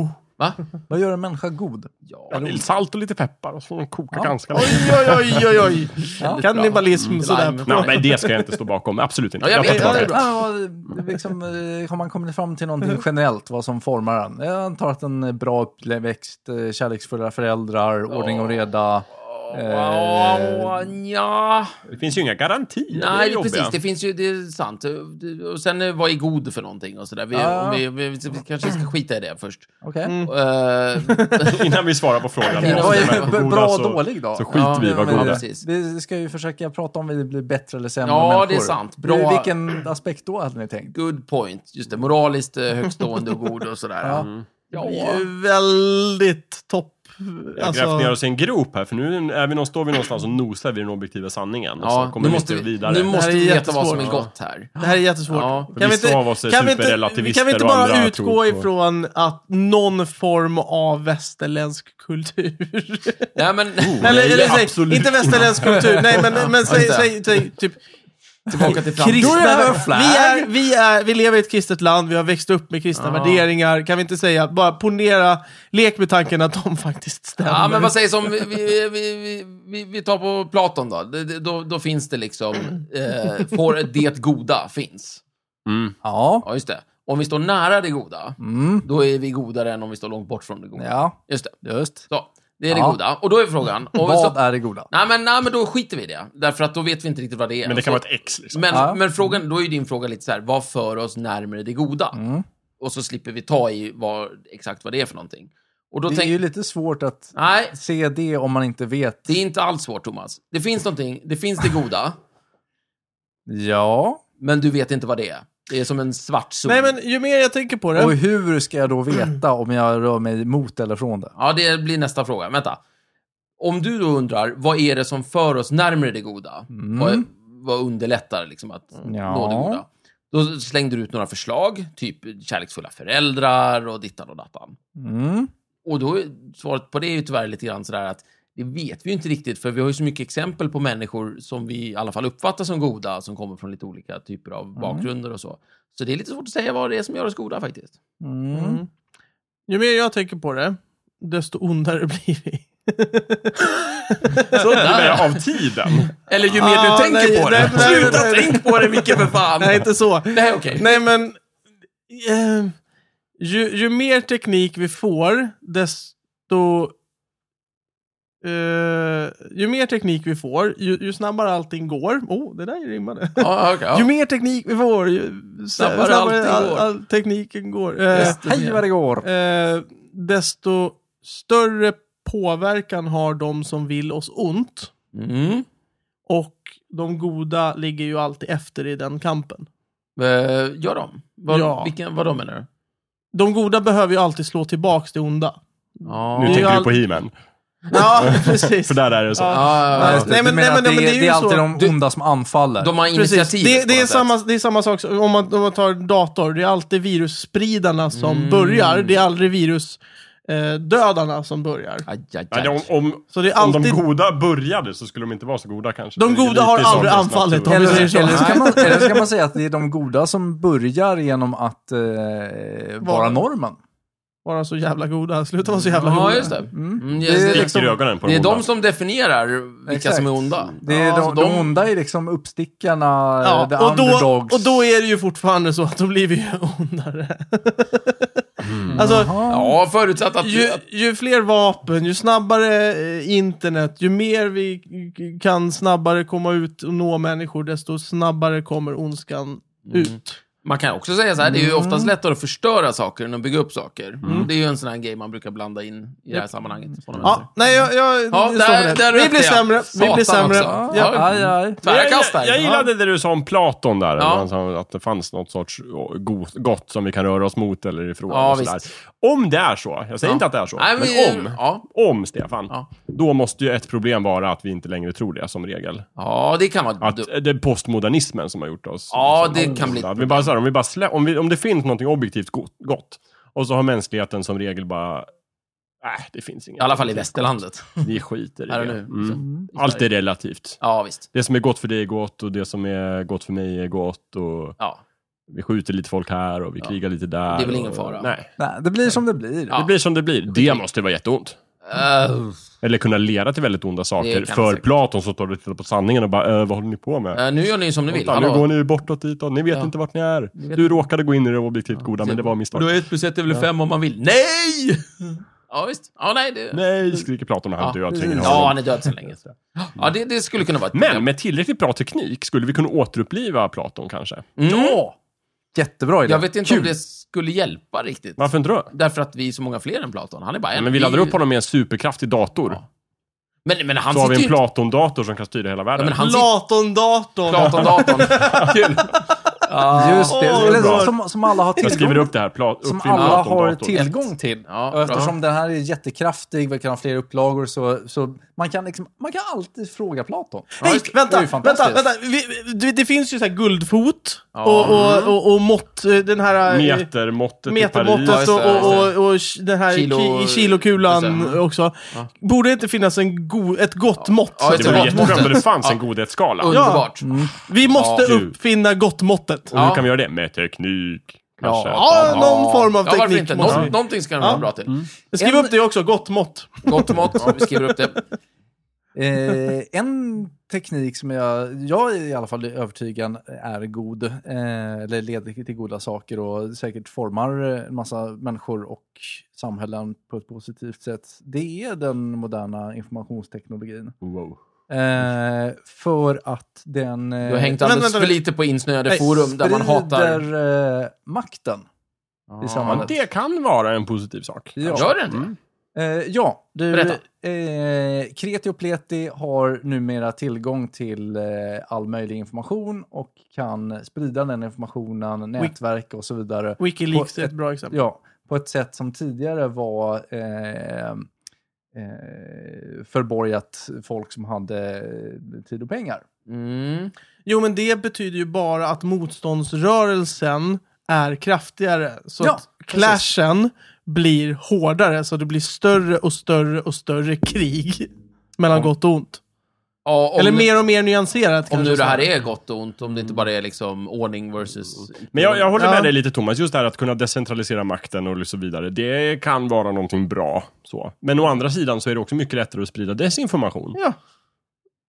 [SPEAKER 1] Oh.
[SPEAKER 3] Va?
[SPEAKER 2] vad gör en människa god?
[SPEAKER 3] Ja,
[SPEAKER 4] Lite Salt och lite peppar och så får de koka
[SPEAKER 2] Ja.
[SPEAKER 4] ganska
[SPEAKER 1] Oj,
[SPEAKER 4] länge.
[SPEAKER 1] oj, oj, oj, oj.
[SPEAKER 3] Ja.
[SPEAKER 1] Kannibalism
[SPEAKER 3] Lite bra.
[SPEAKER 1] sådär.
[SPEAKER 3] Mm,
[SPEAKER 4] Nej, men det ska jag inte stå bakom. Absolut inte.
[SPEAKER 3] Ja, jag
[SPEAKER 4] jag tar
[SPEAKER 3] vet,
[SPEAKER 4] tillbaka
[SPEAKER 3] ja,
[SPEAKER 4] det.
[SPEAKER 2] Ja, liksom, eh, har man kommit fram till
[SPEAKER 3] Mm.
[SPEAKER 2] någonting generellt, vad som formar en? Jag antar att en eh, bra uppväxt, eh, kärleksfulla föräldrar, ordning och reda. eh,
[SPEAKER 3] Ja, ja.
[SPEAKER 4] Det finns ju inga garantier.
[SPEAKER 3] Nej, det
[SPEAKER 4] det är
[SPEAKER 3] precis. Det
[SPEAKER 4] jobbiga.
[SPEAKER 3] finns ju, det är sant. Det- Och sen eh, vad är god för någonting och sådär. Vi,
[SPEAKER 2] Ja.
[SPEAKER 3] om vi, vi, vi kanske ska skita i det först.
[SPEAKER 2] Okej.
[SPEAKER 3] Eh,
[SPEAKER 4] Innan vi svarar på frågan.
[SPEAKER 3] Ja,
[SPEAKER 4] vad
[SPEAKER 2] Vad
[SPEAKER 4] som
[SPEAKER 3] men
[SPEAKER 2] är
[SPEAKER 4] människor
[SPEAKER 2] b-
[SPEAKER 4] goda,
[SPEAKER 2] bra och
[SPEAKER 4] så-
[SPEAKER 2] dålig då?
[SPEAKER 4] Så skiter vi i
[SPEAKER 3] Ja,
[SPEAKER 4] vad
[SPEAKER 2] men-
[SPEAKER 4] goda
[SPEAKER 3] det-
[SPEAKER 4] är.
[SPEAKER 3] precis.
[SPEAKER 2] Vi ska ju försöka prata om vi blir bättre eller sämre
[SPEAKER 3] Ja,
[SPEAKER 2] människor.
[SPEAKER 3] det är sant. Bra-
[SPEAKER 2] Vilken aspekt då hade ni tänkt?
[SPEAKER 3] good point. Just det, moraliskt eh, högtstående och god och sådär.
[SPEAKER 2] Ja.
[SPEAKER 3] Mm. Ja.
[SPEAKER 1] Det är ju väldigt topp.
[SPEAKER 4] Jag har
[SPEAKER 1] Alltså,
[SPEAKER 4] grävt ner oss i en grop här, för nu är vi, nå- står vi någonstans och nosar vid den objektiva sanningen. och
[SPEAKER 3] Ja,
[SPEAKER 4] så Alltså, kommer
[SPEAKER 3] nu
[SPEAKER 4] vi
[SPEAKER 3] måste
[SPEAKER 4] inte
[SPEAKER 3] vi,
[SPEAKER 4] vidare.
[SPEAKER 3] nu måste vi veta
[SPEAKER 1] jättesvårt.
[SPEAKER 3] vad som är gott här.
[SPEAKER 1] det här är jättesvårt.
[SPEAKER 3] Ja,
[SPEAKER 4] Vissa av oss är
[SPEAKER 1] kan, vi inte,
[SPEAKER 4] superrelativister
[SPEAKER 1] kan vi inte
[SPEAKER 4] och andra
[SPEAKER 1] bara
[SPEAKER 4] tror
[SPEAKER 1] utgå
[SPEAKER 4] på-
[SPEAKER 1] ifrån att någon form av västerländsk kultur
[SPEAKER 3] Nej, men...
[SPEAKER 1] Eller,
[SPEAKER 4] nej,
[SPEAKER 1] eller säg,
[SPEAKER 4] absolut
[SPEAKER 1] inte västerländsk kultur. Nej, men, men säg, säg, säg typ
[SPEAKER 3] Tillbaka till
[SPEAKER 1] kristna.
[SPEAKER 2] Då
[SPEAKER 3] framtiden.
[SPEAKER 2] är det en
[SPEAKER 1] vi,
[SPEAKER 2] flagg.
[SPEAKER 1] är, vi, är, vi lever i ett kristet land, vi har växt upp med kristna
[SPEAKER 3] Ja.
[SPEAKER 1] värderingar. Kan vi inte säga, bara ponera, lek med tanken att de faktiskt stämmer.
[SPEAKER 3] Ja, men vad sägs om vi, vi, vi, vi, vi, vi tar på Platon då? Det- det- Då, då finns det liksom, eh, får det goda finns.
[SPEAKER 4] Mm.
[SPEAKER 2] Ja.
[SPEAKER 3] Ja, just det. Om vi står nära det goda,
[SPEAKER 2] Mm.
[SPEAKER 3] då är vi godare än om vi står långt bort från det goda.
[SPEAKER 2] Ja,
[SPEAKER 3] Just det.
[SPEAKER 2] just.
[SPEAKER 3] Så, det är det
[SPEAKER 2] Ja.
[SPEAKER 3] goda. Och då är frågan... Och
[SPEAKER 2] Vad
[SPEAKER 3] så,
[SPEAKER 2] är det goda?
[SPEAKER 3] nej, men, nej, men då skiter vi i det. Därför att då vet vi inte riktigt vad det är.
[SPEAKER 4] Men det kan
[SPEAKER 3] så,
[SPEAKER 4] vara ett ex liksom.
[SPEAKER 3] men,
[SPEAKER 2] Ja.
[SPEAKER 3] men frågan, då är ju din fråga lite så här, vad för oss närmare det goda?
[SPEAKER 2] Mm.
[SPEAKER 3] Och så slipper vi ta i vad, exakt vad det är för någonting. Och då
[SPEAKER 2] Det är
[SPEAKER 3] tänk,
[SPEAKER 2] ju lite svårt att
[SPEAKER 3] Nej,
[SPEAKER 2] se det om man inte vet.
[SPEAKER 3] det är inte alls svårt, Thomas. Det finns någonting, det finns det goda,
[SPEAKER 2] Ja.
[SPEAKER 3] men du vet inte vad det är. Det är som en svart zon.
[SPEAKER 1] Nej, men ju mer jag tänker på
[SPEAKER 2] Och
[SPEAKER 1] det.
[SPEAKER 2] hur ska jag då veta om jag rör mig mot eller från det?
[SPEAKER 3] Ja, det blir nästa fråga. Vänta. Om du då undrar, vad är det som för oss närmare det goda?
[SPEAKER 2] Mm.
[SPEAKER 3] Vad, vad underlättar liksom att nå det goda? Då slängde du ut några förslag, typ kärleksfulla föräldrar och dittan och dattan.
[SPEAKER 2] Mm.
[SPEAKER 3] Och då är- svaret på det är ju tyvärr lite grann sådär att det vet vi ju inte riktigt, för vi har ju så mycket exempel på människor som vi i alla fall uppfattar som goda, som kommer från lite olika typer av bakgrunder och så. Så det är lite svårt att säga vad det är som gör oss goda faktiskt.
[SPEAKER 2] Mm.
[SPEAKER 1] Mm. Ju mer jag tänker på det, desto ondare blir vi.
[SPEAKER 4] Så det är av tiden.
[SPEAKER 3] Eller ju
[SPEAKER 1] mer du Ah, tänker nej, på det. nej, nej,
[SPEAKER 3] Sluta
[SPEAKER 1] nej, nej.
[SPEAKER 3] tänk på det, Micke, för fan!
[SPEAKER 1] Nej, inte så.
[SPEAKER 3] Nej, okej.
[SPEAKER 1] Nej, men... Eh, ju, ju mer teknik vi får, desto... Eh, ju mer teknik vi får, ju, ju snabbare allting går. Oh, det där rimmade.
[SPEAKER 3] Ja, okej, ja.
[SPEAKER 1] Ju mer teknik vi får, ju s-
[SPEAKER 3] Snabbare
[SPEAKER 1] snabbare,
[SPEAKER 3] allting
[SPEAKER 1] all,
[SPEAKER 3] går.
[SPEAKER 1] all, tekniken går. Eh,
[SPEAKER 3] Just det.
[SPEAKER 2] Hej vad det går!
[SPEAKER 1] eh, desto större påverkan har de som vill oss ont.
[SPEAKER 3] Mm.
[SPEAKER 1] Och de goda ligger ju alltid efter i den kampen.
[SPEAKER 3] Eh, Gör de? Vad,
[SPEAKER 1] Ja.
[SPEAKER 3] vilken, vad de menar du?
[SPEAKER 1] De goda behöver ju alltid slå tillbaks det onda.
[SPEAKER 3] Ja. Ah,
[SPEAKER 4] Nu
[SPEAKER 1] Det är ju
[SPEAKER 4] tänker du
[SPEAKER 1] all-
[SPEAKER 4] på He-Man.
[SPEAKER 1] Ja, precis.
[SPEAKER 4] För där är det så.
[SPEAKER 1] Ja.
[SPEAKER 3] Ja, ja,
[SPEAKER 1] Nej,
[SPEAKER 3] ja.
[SPEAKER 1] men-
[SPEAKER 2] Du menar
[SPEAKER 1] nej, men-
[SPEAKER 2] att det,
[SPEAKER 1] nej, men
[SPEAKER 2] är,
[SPEAKER 1] det är
[SPEAKER 2] det
[SPEAKER 1] ju
[SPEAKER 2] är alltid
[SPEAKER 1] så.
[SPEAKER 2] de onda som anfaller.
[SPEAKER 3] De har
[SPEAKER 1] Precis.
[SPEAKER 3] initiativet
[SPEAKER 1] Det,
[SPEAKER 3] på
[SPEAKER 1] det, är
[SPEAKER 3] något
[SPEAKER 1] samma, det är samma sak som om man, om man tar dator. Det är alltid virusspridarna som
[SPEAKER 3] Mm.
[SPEAKER 1] börjar. Det är aldrig virusdödarna som börjar.
[SPEAKER 3] Aj, aj,
[SPEAKER 4] Ja, det-
[SPEAKER 3] aj.
[SPEAKER 4] om, om,
[SPEAKER 1] Så det är
[SPEAKER 4] om
[SPEAKER 1] alltid...
[SPEAKER 4] de goda började så skulle de inte vara så goda kanske.
[SPEAKER 1] De
[SPEAKER 4] Det är
[SPEAKER 1] goda
[SPEAKER 4] lite
[SPEAKER 1] har
[SPEAKER 4] i sakens
[SPEAKER 1] aldrig anfallit
[SPEAKER 4] natur.
[SPEAKER 1] dem.
[SPEAKER 2] Eller,
[SPEAKER 1] Om vi säger så.
[SPEAKER 2] eller, så kan man, eller så kan man säga att det är de goda som börjar genom att eh, vara
[SPEAKER 1] Vara.
[SPEAKER 2] normen.
[SPEAKER 1] Vara så jävla goda. Sluta vara så jävla goda.
[SPEAKER 3] Ja, just det.
[SPEAKER 2] Mm.
[SPEAKER 3] Mm,
[SPEAKER 2] Det är
[SPEAKER 3] det,
[SPEAKER 4] Sticker i ögonen på
[SPEAKER 3] det är
[SPEAKER 4] de
[SPEAKER 3] de
[SPEAKER 4] onda.
[SPEAKER 3] som definierar vilka
[SPEAKER 2] Exakt.
[SPEAKER 3] som är onda.
[SPEAKER 2] Det är
[SPEAKER 3] Ja, alltså, så
[SPEAKER 2] de, de, onda är liksom uppstickarna, eh,
[SPEAKER 4] Eh,
[SPEAKER 1] Ja,
[SPEAKER 2] the
[SPEAKER 1] och, då,
[SPEAKER 2] underdogs.
[SPEAKER 1] och då är det ju fortfarande så att de blir vi ju ondare. alltså,
[SPEAKER 2] Mm. Jaha.
[SPEAKER 3] Ja, förutsatt att...
[SPEAKER 1] ju,
[SPEAKER 3] att
[SPEAKER 1] ju fler vapen, ju snabbare eh, internet, ju mer vi k- kan snabbare komma ut och nå människor, desto snabbare kommer ondskan
[SPEAKER 3] Mm,
[SPEAKER 1] ut.
[SPEAKER 3] man kan också säga så här, det är ju oftast lättare att förstöra saker än att bygga upp saker. Det är ju en sån här grej man brukar blanda in i det här sammanhanget. På något vänster.
[SPEAKER 1] Ja, nej, jag, jag
[SPEAKER 3] Ja,
[SPEAKER 1] står
[SPEAKER 3] där-
[SPEAKER 1] för det.
[SPEAKER 3] där
[SPEAKER 1] Vi
[SPEAKER 3] rökte
[SPEAKER 1] blir
[SPEAKER 3] jag.
[SPEAKER 1] sämre, vi blir
[SPEAKER 3] Satan
[SPEAKER 1] sämre.
[SPEAKER 3] också.
[SPEAKER 1] Ja.
[SPEAKER 3] Ja.
[SPEAKER 2] Aj, aj.
[SPEAKER 3] Tvära kast
[SPEAKER 4] jag,
[SPEAKER 3] där.
[SPEAKER 4] jag gillade det du sa om Platon där,
[SPEAKER 3] Ja.
[SPEAKER 4] han sa att det fanns något sorts go- gott som vi kan röra oss mot eller ifrån.
[SPEAKER 3] Ja,
[SPEAKER 4] och sådär. Om det är så, jag säger
[SPEAKER 3] Ja.
[SPEAKER 4] inte att det är så,
[SPEAKER 3] Nej,
[SPEAKER 4] men om,
[SPEAKER 3] Ja,
[SPEAKER 4] om Stefan,
[SPEAKER 3] Ja.
[SPEAKER 4] då måste ju ett problem vara att vi inte längre tror det som regel.
[SPEAKER 3] ja, det kan vara...
[SPEAKER 4] Att
[SPEAKER 3] dumt.
[SPEAKER 4] det är postmodernismen som har gjort oss...
[SPEAKER 3] Ja,
[SPEAKER 4] liksom,
[SPEAKER 3] det kan bli ett
[SPEAKER 4] Att Vi bara, så här, om, vi bara slä, om, vi, om det finns något objektivt gott, gott, och så har mänskligheten som regel bara... Nej, det finns inget.
[SPEAKER 3] I alla fall i västerlandet.
[SPEAKER 4] Vi skiter i
[SPEAKER 3] Här och
[SPEAKER 4] det.
[SPEAKER 3] nu. liksom.
[SPEAKER 4] Mm.
[SPEAKER 3] Så, i
[SPEAKER 4] Allt
[SPEAKER 3] Sverige.
[SPEAKER 4] är relativt.
[SPEAKER 3] Ja, visst.
[SPEAKER 4] Det som är gott för dig är gott och det som är gott för mig är gott. Och
[SPEAKER 3] Ja.
[SPEAKER 4] vi skjuter lite folk här och vi
[SPEAKER 3] Ja.
[SPEAKER 4] krigar lite där.
[SPEAKER 3] Det är väl ingen
[SPEAKER 4] och,
[SPEAKER 3] fara.
[SPEAKER 4] Nej.
[SPEAKER 2] Nej, det blir som det blir.
[SPEAKER 3] Ja.
[SPEAKER 4] Det blir som det blir. Det måste vara jätteont.
[SPEAKER 3] Eh,
[SPEAKER 4] Eller kunna leda till väldigt onda
[SPEAKER 3] kan
[SPEAKER 4] saker.
[SPEAKER 3] det
[SPEAKER 4] För
[SPEAKER 3] säkert.
[SPEAKER 4] Platon så står du och tittar på sanningen och bara, äh, vad håller ni på med?
[SPEAKER 3] eh, nu gör ni ju som ni vill.
[SPEAKER 4] Vänta, nu
[SPEAKER 3] Hallå.
[SPEAKER 4] går ni bortåt ditåt, ni vet
[SPEAKER 3] Ja.
[SPEAKER 4] inte vart ni är.
[SPEAKER 3] vet-
[SPEAKER 4] Du råkade gå in i det objektivt goda, men det var misstag.
[SPEAKER 3] Då är ett plus ett är väl fem om man vill. Nej! Ja, visst. Ja, nej, det...
[SPEAKER 4] Nej, skriker Platon när han
[SPEAKER 3] Ja.
[SPEAKER 4] död. tränger
[SPEAKER 3] Ja,
[SPEAKER 4] honom. Mm.
[SPEAKER 3] han är död sedan länge. Ja, det, det skulle kunna vara ett
[SPEAKER 4] Men med tillräckligt bra teknik skulle vi kunna återuppliva Platon kanske.
[SPEAKER 3] Mm.
[SPEAKER 2] Ja! Jättebra idé.
[SPEAKER 3] Jag vet inte om det skulle hjälpa riktigt.
[SPEAKER 4] Mm. Varför inte då?
[SPEAKER 3] Därför att vi är så många fler än Platon. Han är bara en.
[SPEAKER 4] Ja, men vi laddar
[SPEAKER 3] är-
[SPEAKER 4] upp honom med en superkraftig dator.
[SPEAKER 3] Ja. Men, men han
[SPEAKER 4] så har
[SPEAKER 3] sitter
[SPEAKER 4] vi
[SPEAKER 3] ju
[SPEAKER 4] en
[SPEAKER 3] inte...
[SPEAKER 4] Platon-dator som kan styra hela
[SPEAKER 3] Ja,
[SPEAKER 4] världen.
[SPEAKER 3] men han sitter...
[SPEAKER 1] Platon-datorn.
[SPEAKER 3] Platon-datorn. Kul. Ja, Ja.
[SPEAKER 2] Just det,
[SPEAKER 1] Åh, vad bra.
[SPEAKER 2] eller som, som alla har
[SPEAKER 4] Jag
[SPEAKER 2] tillgång
[SPEAKER 4] skriver upp det här. Pla-
[SPEAKER 2] Som
[SPEAKER 4] uppfinna
[SPEAKER 2] alla
[SPEAKER 4] datorn,
[SPEAKER 2] har
[SPEAKER 4] datorn.
[SPEAKER 2] tillgång till.
[SPEAKER 3] Ja,
[SPEAKER 2] och
[SPEAKER 3] bra.
[SPEAKER 2] eftersom den här är jättekraftig, verkar ha fler upplagor, så, så man, kan liksom, man kan alltid fråga Platon.
[SPEAKER 1] Hej,
[SPEAKER 2] just det. Det
[SPEAKER 1] vänta,
[SPEAKER 2] är ju
[SPEAKER 1] vänta,
[SPEAKER 2] fantastiskt.
[SPEAKER 1] vänta. Vi, det, det finns ju så här guldfot
[SPEAKER 3] Ja.
[SPEAKER 1] och, och, och, och mått, eh, den här... eh,
[SPEAKER 4] Metermåttet i Paris.
[SPEAKER 1] Metermåttet
[SPEAKER 3] Ja, just det,
[SPEAKER 1] och, och, och, och den här
[SPEAKER 3] Kilo-
[SPEAKER 1] ki- kilokulan
[SPEAKER 3] just det, ja.
[SPEAKER 1] också.
[SPEAKER 3] Ja.
[SPEAKER 1] Borde det inte finnas en go- ett gott mått?
[SPEAKER 3] Ja,
[SPEAKER 1] så att
[SPEAKER 4] Det
[SPEAKER 3] just
[SPEAKER 1] säga?
[SPEAKER 4] var
[SPEAKER 3] Metermåttet.
[SPEAKER 4] jätteskönt om det fanns en godhetsskala. Och
[SPEAKER 3] Underbart.
[SPEAKER 1] Vi måste
[SPEAKER 4] Ja.
[SPEAKER 1] uppfinna gottmåttet.
[SPEAKER 4] hur
[SPEAKER 3] Ja.
[SPEAKER 4] kan vi göra det? Med teknik. Kanske.
[SPEAKER 1] Ja,
[SPEAKER 4] Ja.
[SPEAKER 1] någon form av
[SPEAKER 3] Ja, varför
[SPEAKER 1] teknik.
[SPEAKER 3] inte?
[SPEAKER 1] måste
[SPEAKER 3] Nå-
[SPEAKER 1] vi.
[SPEAKER 3] någonting ska den
[SPEAKER 1] Ja. Mm.
[SPEAKER 3] vara bra till.
[SPEAKER 1] Skriv
[SPEAKER 2] En-
[SPEAKER 1] upp det också, gottmått.
[SPEAKER 3] Gott mått, vi skriver upp det.
[SPEAKER 2] Eh, en teknik som jag, jag är i alla fall övertygad är god, eh, eller leder till goda saker och säkert formar eh, en massa människor och samhällen på ett positivt sätt, det är den moderna informationsteknologin.
[SPEAKER 4] Wow.
[SPEAKER 2] Eh, för att den... eh,
[SPEAKER 3] Du har hängt
[SPEAKER 1] Men
[SPEAKER 3] alldeles
[SPEAKER 1] vänta
[SPEAKER 3] för
[SPEAKER 1] nu.
[SPEAKER 3] lite på insnöade
[SPEAKER 2] Nej,
[SPEAKER 3] forum där man hatar...
[SPEAKER 2] sprider, eh, makten i
[SPEAKER 4] Ja,
[SPEAKER 2] samhället.
[SPEAKER 4] det kan vara en positiv sak.
[SPEAKER 2] Ja.
[SPEAKER 3] Gör den det?
[SPEAKER 2] Eh, ja, du...
[SPEAKER 3] Berätta.
[SPEAKER 2] Eh, Kreti och Pleti har numera tillgång till eh, all möjlig information och kan sprida den informationen, nätverk och så vidare.
[SPEAKER 1] Wikileaks
[SPEAKER 2] På-
[SPEAKER 1] är ett bra exempel.
[SPEAKER 2] Ja, på ett sätt som tidigare var eh, eh, förborgat folk som hade eh, tid och pengar.
[SPEAKER 3] Mm.
[SPEAKER 1] Jo, men det betyder ju bara att motståndsrörelsen är kraftigare. Så
[SPEAKER 2] Ja,
[SPEAKER 1] att clashen blir hårdare, så det blir större och större och större krig mellan gott och ont.
[SPEAKER 3] Ja, om,
[SPEAKER 1] Eller mer och mer nyanserat.
[SPEAKER 3] om
[SPEAKER 1] kanske
[SPEAKER 3] nu det
[SPEAKER 1] så
[SPEAKER 3] här är gott och ont, om det inte bara är liksom ordning versus...
[SPEAKER 4] Men jag, jag håller
[SPEAKER 1] Ja.
[SPEAKER 4] med dig lite Thomas, just det här att kunna decentralisera makten och så vidare. Det kan vara någonting bra. Så. Men å andra sidan så är det också mycket lättare att sprida desinformation
[SPEAKER 1] Ja.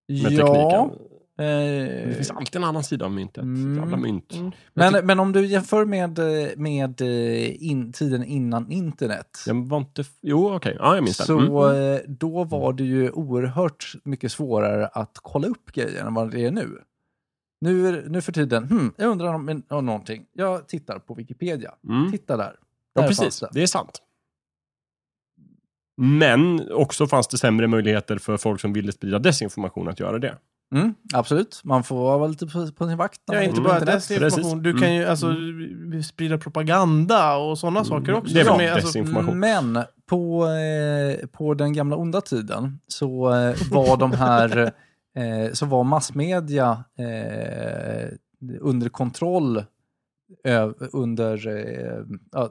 [SPEAKER 4] med
[SPEAKER 2] ja,
[SPEAKER 4] tekniken. Det
[SPEAKER 2] eh,
[SPEAKER 4] finns alltid en annan sida av myntet.
[SPEAKER 2] Mm.
[SPEAKER 4] Jävla mynt.
[SPEAKER 2] men, men om du jämför med, eh, med eh, in, tiden innan internet.
[SPEAKER 4] Jag var inte... f- Jo, okej. Ja, jag minns det. Mm.
[SPEAKER 2] Så eh, då var det ju oerhört mycket svårare att kolla upp grejer än vad det är nu. Nu, är- nu för tiden, hmm, jag undrar om, en- om någonting. Jag tittar på Wikipedia.
[SPEAKER 4] Mm.
[SPEAKER 2] Titta där.
[SPEAKER 4] Ja,
[SPEAKER 2] Där
[SPEAKER 4] precis.
[SPEAKER 2] fanns
[SPEAKER 4] Det.
[SPEAKER 2] det.
[SPEAKER 4] är sant. Men också fanns det sämre möjligheter för folk som ville sprida desinformation att göra det.
[SPEAKER 2] Mm, absolut, man får vara lite på, på sin vakt. när
[SPEAKER 1] Ja,
[SPEAKER 2] man
[SPEAKER 1] inte
[SPEAKER 2] går på
[SPEAKER 1] bara
[SPEAKER 4] Mm.
[SPEAKER 2] internet.
[SPEAKER 1] desinformation. Du kan ju alltså sprida propaganda och sådana saker
[SPEAKER 2] Mm.
[SPEAKER 1] också.
[SPEAKER 4] Mm. Det
[SPEAKER 1] som
[SPEAKER 4] var
[SPEAKER 1] är, alltså,
[SPEAKER 4] desinformation.
[SPEAKER 2] Men på, eh, på den gamla onda tiden så eh, var de här eh, så var massmedia eh, under kontroll ö, under eh, ja,